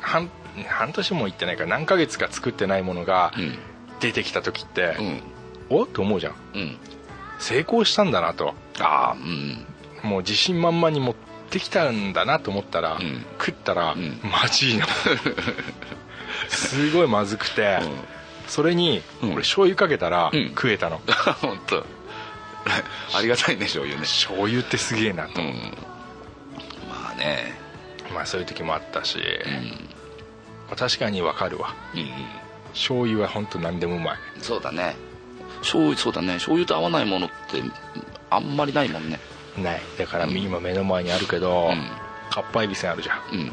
Speaker 4: 半半年も行ってないから何ヶ月か作ってないものが
Speaker 3: うん
Speaker 4: 出てきた時って、
Speaker 3: うん
Speaker 4: おっと思うじゃん
Speaker 3: うん
Speaker 4: 成功したんだなと
Speaker 3: ああうん <laughs>
Speaker 4: もう自信満々に持ってきたんだなと思ったら、
Speaker 3: うん
Speaker 4: 食ったら、
Speaker 3: ん
Speaker 4: マジ
Speaker 3: <laughs>
Speaker 4: いのすごいまずくて、それに
Speaker 3: うん
Speaker 4: 俺醤油かけたら
Speaker 3: うん
Speaker 4: 食えたの、
Speaker 3: 本当 <laughs> ありがたいね醤油ね
Speaker 4: 醤油ってすげえなと、
Speaker 3: うんまあね
Speaker 4: まあそういう時もあったし、
Speaker 3: うん
Speaker 4: まあ確かにわかるわ
Speaker 3: うん
Speaker 4: 醤油は本当何でもうまい
Speaker 3: そうだね醤油そうだね醤油と合わないものってあんまりないもんね
Speaker 4: ないだから今目の前にあるけど、
Speaker 3: うん
Speaker 4: かっぱえびせんあるじゃん
Speaker 3: うん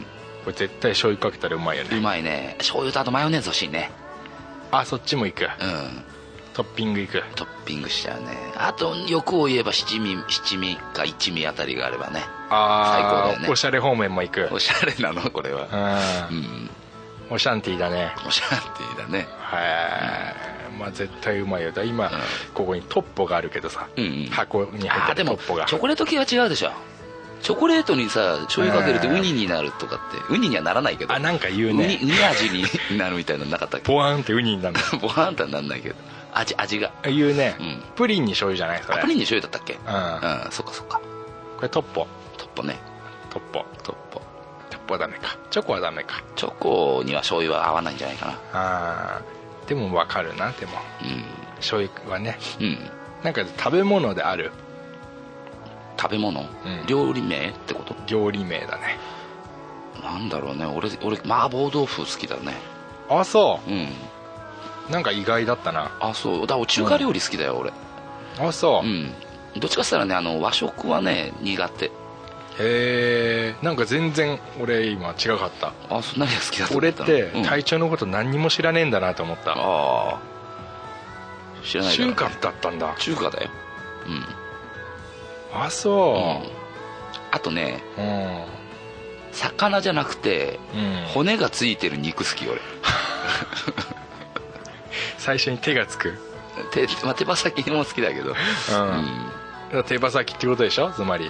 Speaker 4: これ絶対醤油かけたらうまいよ
Speaker 3: う
Speaker 4: ね
Speaker 3: まいね醤油とあとマヨネーズ欲しいね
Speaker 4: あそっちも行く
Speaker 3: うん
Speaker 4: トッピング行く
Speaker 3: トッピングしちゃうねあと欲を言えば七味七味か一味あたりがあればね最高だ
Speaker 4: あ
Speaker 3: よ
Speaker 4: あ、
Speaker 3: ね
Speaker 4: おしゃれ方面も行く
Speaker 3: <laughs> おしゃれなのこれ
Speaker 4: う
Speaker 3: はうんん
Speaker 4: おシャンティーだね
Speaker 3: おしゃれだね
Speaker 4: はいまあ絶対うまいよだ今、
Speaker 3: ん
Speaker 4: ここにトッポがあるけどさ、
Speaker 3: うんうん
Speaker 4: 箱に
Speaker 3: あ
Speaker 4: 入
Speaker 3: あ
Speaker 4: っ
Speaker 3: で
Speaker 4: てるト
Speaker 3: も
Speaker 4: ッポが
Speaker 3: チョコレート系は違うでしょチョコレートにさ醤油かけるとウニになるとかってウニにはならないけど
Speaker 4: あなんか言うね
Speaker 3: ウニウニ味になるみたいなのなか
Speaker 4: <laughs>
Speaker 3: ったっけ
Speaker 4: ポワンってウニになる
Speaker 3: ボハンとはなんないけど味味が
Speaker 4: の言うね、
Speaker 3: うん
Speaker 4: プリンに醤油じゃないそ
Speaker 3: あ
Speaker 4: れ
Speaker 3: プリンに醤油だったっけ
Speaker 4: う
Speaker 3: うんそっかそっか
Speaker 4: これトッポ
Speaker 3: トッポね
Speaker 4: トッポ
Speaker 3: トッポ
Speaker 4: トッポはダメかチョコはダメか
Speaker 3: チョコには醤油は合わないんじゃないかな
Speaker 4: あーでもわかるなでも
Speaker 3: う
Speaker 4: 醤油はね
Speaker 3: んうん
Speaker 4: なんか食べ物である
Speaker 3: 食べ物、
Speaker 4: ん
Speaker 3: 料理名ってこと
Speaker 4: 料理名だね
Speaker 3: なんだろうね俺俺麻婆豆腐好きだね
Speaker 4: あそ
Speaker 3: うん
Speaker 4: うなんか意外だったな
Speaker 3: あそうだから中華料理好きだよ俺
Speaker 4: あそうう、へ
Speaker 3: んどっちかっつったらねあの和食はね苦手
Speaker 4: えんか全然俺今違かった
Speaker 3: あそんなに好きだと思
Speaker 4: <laughs> 俺
Speaker 3: っ
Speaker 4: った
Speaker 3: の
Speaker 4: て
Speaker 3: うん
Speaker 4: 体調のこと何にも知らねえんだなと思った、
Speaker 3: ああ知らないから
Speaker 4: 中華だったんだ
Speaker 3: 中華だようん
Speaker 4: あそ
Speaker 3: うんあとね
Speaker 4: ううん、
Speaker 3: 魚じゃなくて
Speaker 4: うん、
Speaker 3: 骨がついてる肉好き俺
Speaker 4: 最初に手がつく、
Speaker 3: 手,、まあ、手羽先も好きだ
Speaker 4: <laughs>
Speaker 3: けど
Speaker 4: うん
Speaker 3: うん
Speaker 4: 手羽先ってことでしょつまり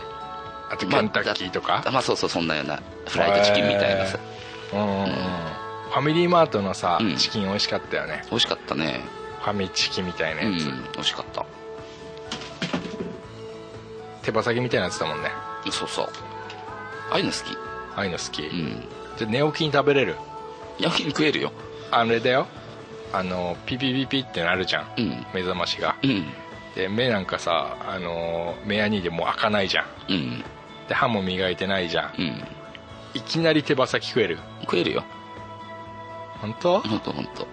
Speaker 4: あとケンタッキーとか、
Speaker 3: まあ、まあそうそうそんなようなフライドチキンみたいなさ、
Speaker 4: うんうんうんファミリーマートのさ、
Speaker 3: うん
Speaker 4: チキン美味しかったよね
Speaker 3: 美味しかったね
Speaker 4: ファミチキみたいな
Speaker 3: うん
Speaker 4: やつ、
Speaker 3: 美味しかった
Speaker 4: 手羽先みたいなやつだもんね
Speaker 3: そうそうああいうの好き
Speaker 4: ああいうの好き、
Speaker 3: うん
Speaker 4: じゃあ寝起きに食べれる
Speaker 3: 焼きに食えるよ
Speaker 4: あれだよあのピピピピってなるじゃん、
Speaker 3: うん
Speaker 4: 目覚ましが
Speaker 3: うん
Speaker 4: で目なんかさあの目やにでもう開かないじゃん
Speaker 3: うん
Speaker 4: で歯も磨いてないじゃん
Speaker 3: うん
Speaker 4: いきなり手羽先食える
Speaker 3: 食えるよ
Speaker 4: 本当、
Speaker 3: ほんとほんと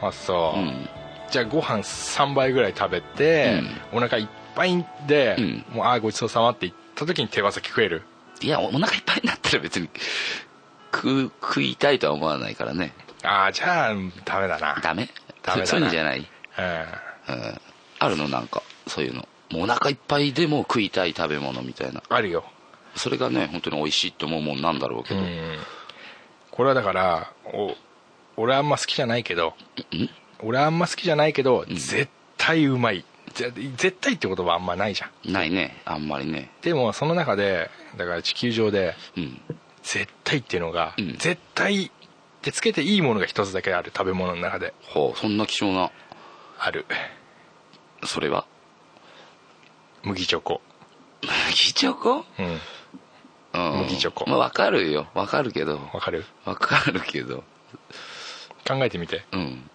Speaker 4: あそうう、
Speaker 3: ん
Speaker 4: じゃあご飯3杯ぐらい食べて、お腹いっぱいで、
Speaker 3: うん
Speaker 4: もうああごちそうさまって言った時に手羽先食える
Speaker 3: いやお腹いっぱいになったら別に食う食いたいとは思わないからね
Speaker 4: ああじゃあダメだな
Speaker 3: ダメ
Speaker 4: ダメだな
Speaker 3: そそういうんじゃない、うん、
Speaker 4: うん
Speaker 3: あるのなんかそういうのもうお腹いっぱいでも食いたい食べ物みたいな
Speaker 4: あるよ
Speaker 3: それがね本当に美味しいと思うもんなんだろうけ
Speaker 4: う
Speaker 3: ど、
Speaker 4: んこれはだからお俺あんま好きじゃないけど
Speaker 3: ん
Speaker 4: 俺あんま好きじゃないけど、絶対うまいぜ絶対って言葉あんまないじゃん
Speaker 3: ないねあんまりね
Speaker 4: でもその中でだから地球上で
Speaker 3: うん
Speaker 4: 絶対っていうのが、
Speaker 3: うん
Speaker 4: 絶対ってつけていいものが一つだけある食べ物の中で
Speaker 3: ほうそんな貴重な
Speaker 4: ある
Speaker 3: それは <laughs>
Speaker 4: 麦チョコ、
Speaker 3: 麦チョコ、
Speaker 4: うん、
Speaker 3: うん、
Speaker 4: 麦チョコ
Speaker 3: まあわかるよわかるけど
Speaker 4: わかる
Speaker 3: わかるけど
Speaker 4: 考えてみて
Speaker 3: うん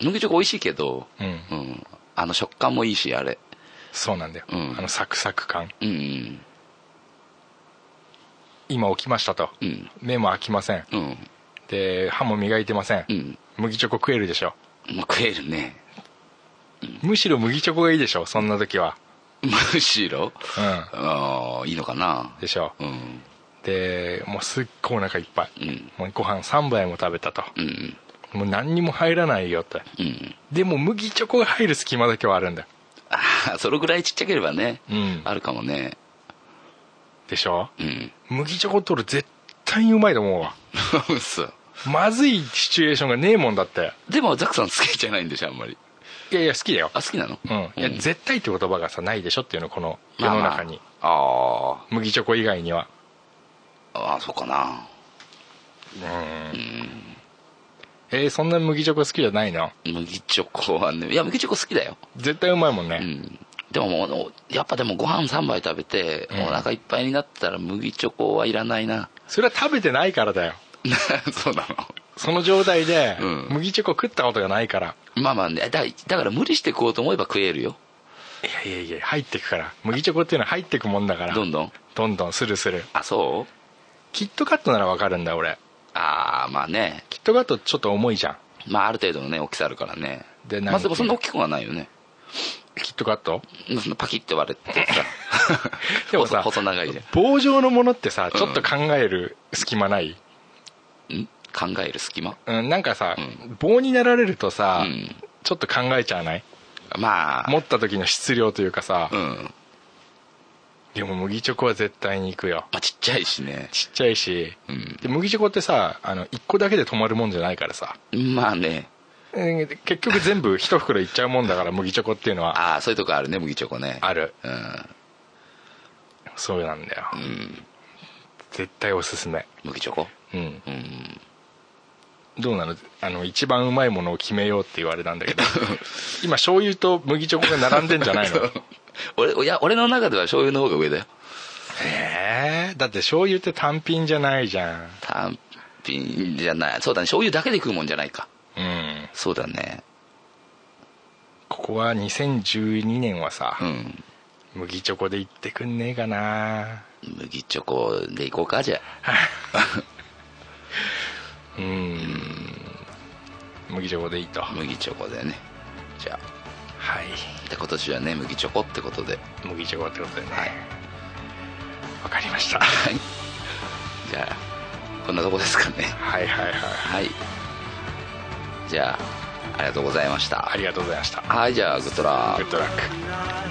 Speaker 3: 麦チョコ美味しいけど
Speaker 4: うん
Speaker 3: うんあの食感もいいしあれ
Speaker 4: そうなんだよ、
Speaker 3: うん
Speaker 4: あのサクサク感
Speaker 3: うん
Speaker 4: 今起きましたと、
Speaker 3: うん
Speaker 4: 目も開きません
Speaker 3: うん
Speaker 4: で歯も磨いてません、
Speaker 3: うん
Speaker 4: 麦チョコ食えるでしょ
Speaker 3: まあ食えるね
Speaker 4: むしろ麦チョコがいいでしょそんな時は
Speaker 3: むしろ
Speaker 4: うん
Speaker 3: ああいいのかな
Speaker 4: でしょ
Speaker 3: うん
Speaker 4: でもうすっごいお腹いっぱい、
Speaker 3: うん
Speaker 4: もうご飯3杯も食べたと、
Speaker 3: うん
Speaker 4: もう何にも入らないよって
Speaker 3: うん
Speaker 4: でも麦チョコが入る隙間だけはあるんだよ
Speaker 3: ああそれぐらいちっちゃければね、
Speaker 4: うん
Speaker 3: あるかもね
Speaker 4: でしょ
Speaker 3: うん
Speaker 4: 麦チョコ取る絶対にうまいと思うわ
Speaker 3: そう
Speaker 4: まずいシチュエーションがねえもんだって
Speaker 3: でもザクさん好きじゃないんでしょあんまり
Speaker 4: いやいや好きだよ
Speaker 3: あ好きなの
Speaker 4: うん、いや絶対って言葉がさないでしょっていうのこの世
Speaker 3: まあ
Speaker 4: の
Speaker 3: まあ
Speaker 4: 中に、
Speaker 3: ああ
Speaker 4: 麦チョコ以外には
Speaker 3: ああそうかな
Speaker 4: えーそんな麦チョコ好きじゃないの
Speaker 3: 麦チョコはねいや麦チョコ好きだよ
Speaker 4: 絶対うまいもん
Speaker 3: う
Speaker 4: ね、
Speaker 3: んでももうおやっぱでもご飯3杯食べて
Speaker 4: うん
Speaker 3: お腹いっぱいになったら麦チョコはいらないな <laughs>
Speaker 4: それは食べてないからだよ
Speaker 3: そうな
Speaker 4: その状態で
Speaker 3: うん
Speaker 4: 麦チョコ食ったことがないから、
Speaker 3: のまあまあねだだから無理して食おうと思えば食えるよ
Speaker 4: いやいやいや入ってくから麦チョコっていうのは入ってくもんだから
Speaker 3: どんどん
Speaker 4: どんどんスルスル
Speaker 3: あそう
Speaker 4: キットカットならわかるんだ俺
Speaker 3: ああまあね
Speaker 4: キットカットちょっと重いじゃん
Speaker 3: まあある程度のね大きさあるからね
Speaker 4: でなん
Speaker 3: まあでもそんな大きくはないよね
Speaker 4: キットカット
Speaker 3: パキッて割れてさ
Speaker 4: <laughs> でもさ
Speaker 3: 細細長いじ
Speaker 4: 棒状のものってさちょっと考える隙間ない、
Speaker 3: ゃんん考える隙間
Speaker 4: うん、なんかさ、棒になられるとさ、
Speaker 3: うん
Speaker 4: ちょっと考えちゃわない
Speaker 3: まあ
Speaker 4: 持った時の質量というかさ、
Speaker 3: うんま
Speaker 4: でも麦チョコは絶対に行くよ
Speaker 3: あちっちゃいしね
Speaker 4: ちっちゃいし、
Speaker 3: うん
Speaker 4: で麦チョコってさあの1個だけで止まるもんじゃないからさ、
Speaker 3: まあね
Speaker 4: えー結局全部1袋いっちゃうもんだから麦チョコっていうのは
Speaker 3: ああそういうとこあるね麦チョコね
Speaker 4: ある
Speaker 3: うん、
Speaker 4: そうなんだよ、
Speaker 3: うん、
Speaker 4: 絶対おすすめ
Speaker 3: 麦チョコ
Speaker 4: うん
Speaker 3: うん
Speaker 4: どうなのあの一番うまいものを決めようって言われたん
Speaker 3: <laughs>
Speaker 4: だけど今醤油と麦チョコが並んでんじゃな
Speaker 3: <laughs>
Speaker 4: いの <laughs>
Speaker 3: 俺いや俺の中では醤油の方が上だよ
Speaker 4: えー、だって醤油って単品じゃないじゃん
Speaker 3: 単品じゃないそうだね醤油だけで食うもんじゃないか
Speaker 4: うん
Speaker 3: そうだね
Speaker 4: ここは2012年はさ、
Speaker 3: うん
Speaker 4: 麦チョコで行ってくんねえかな
Speaker 3: 麦チョコでいこうかじゃあ
Speaker 4: うん麦チョコでいいとはい
Speaker 3: 麦チョコでねじゃあで今年はね麦チョコってことで
Speaker 4: 麦チョコってことでね
Speaker 3: はい
Speaker 4: わかりました
Speaker 3: はいじゃあこんなとこですかね
Speaker 4: はいはいはい
Speaker 3: はいじゃあありがとうございました
Speaker 4: ありがとうございました
Speaker 3: はいじゃあグッドラ
Speaker 4: グッドラック
Speaker 2: 「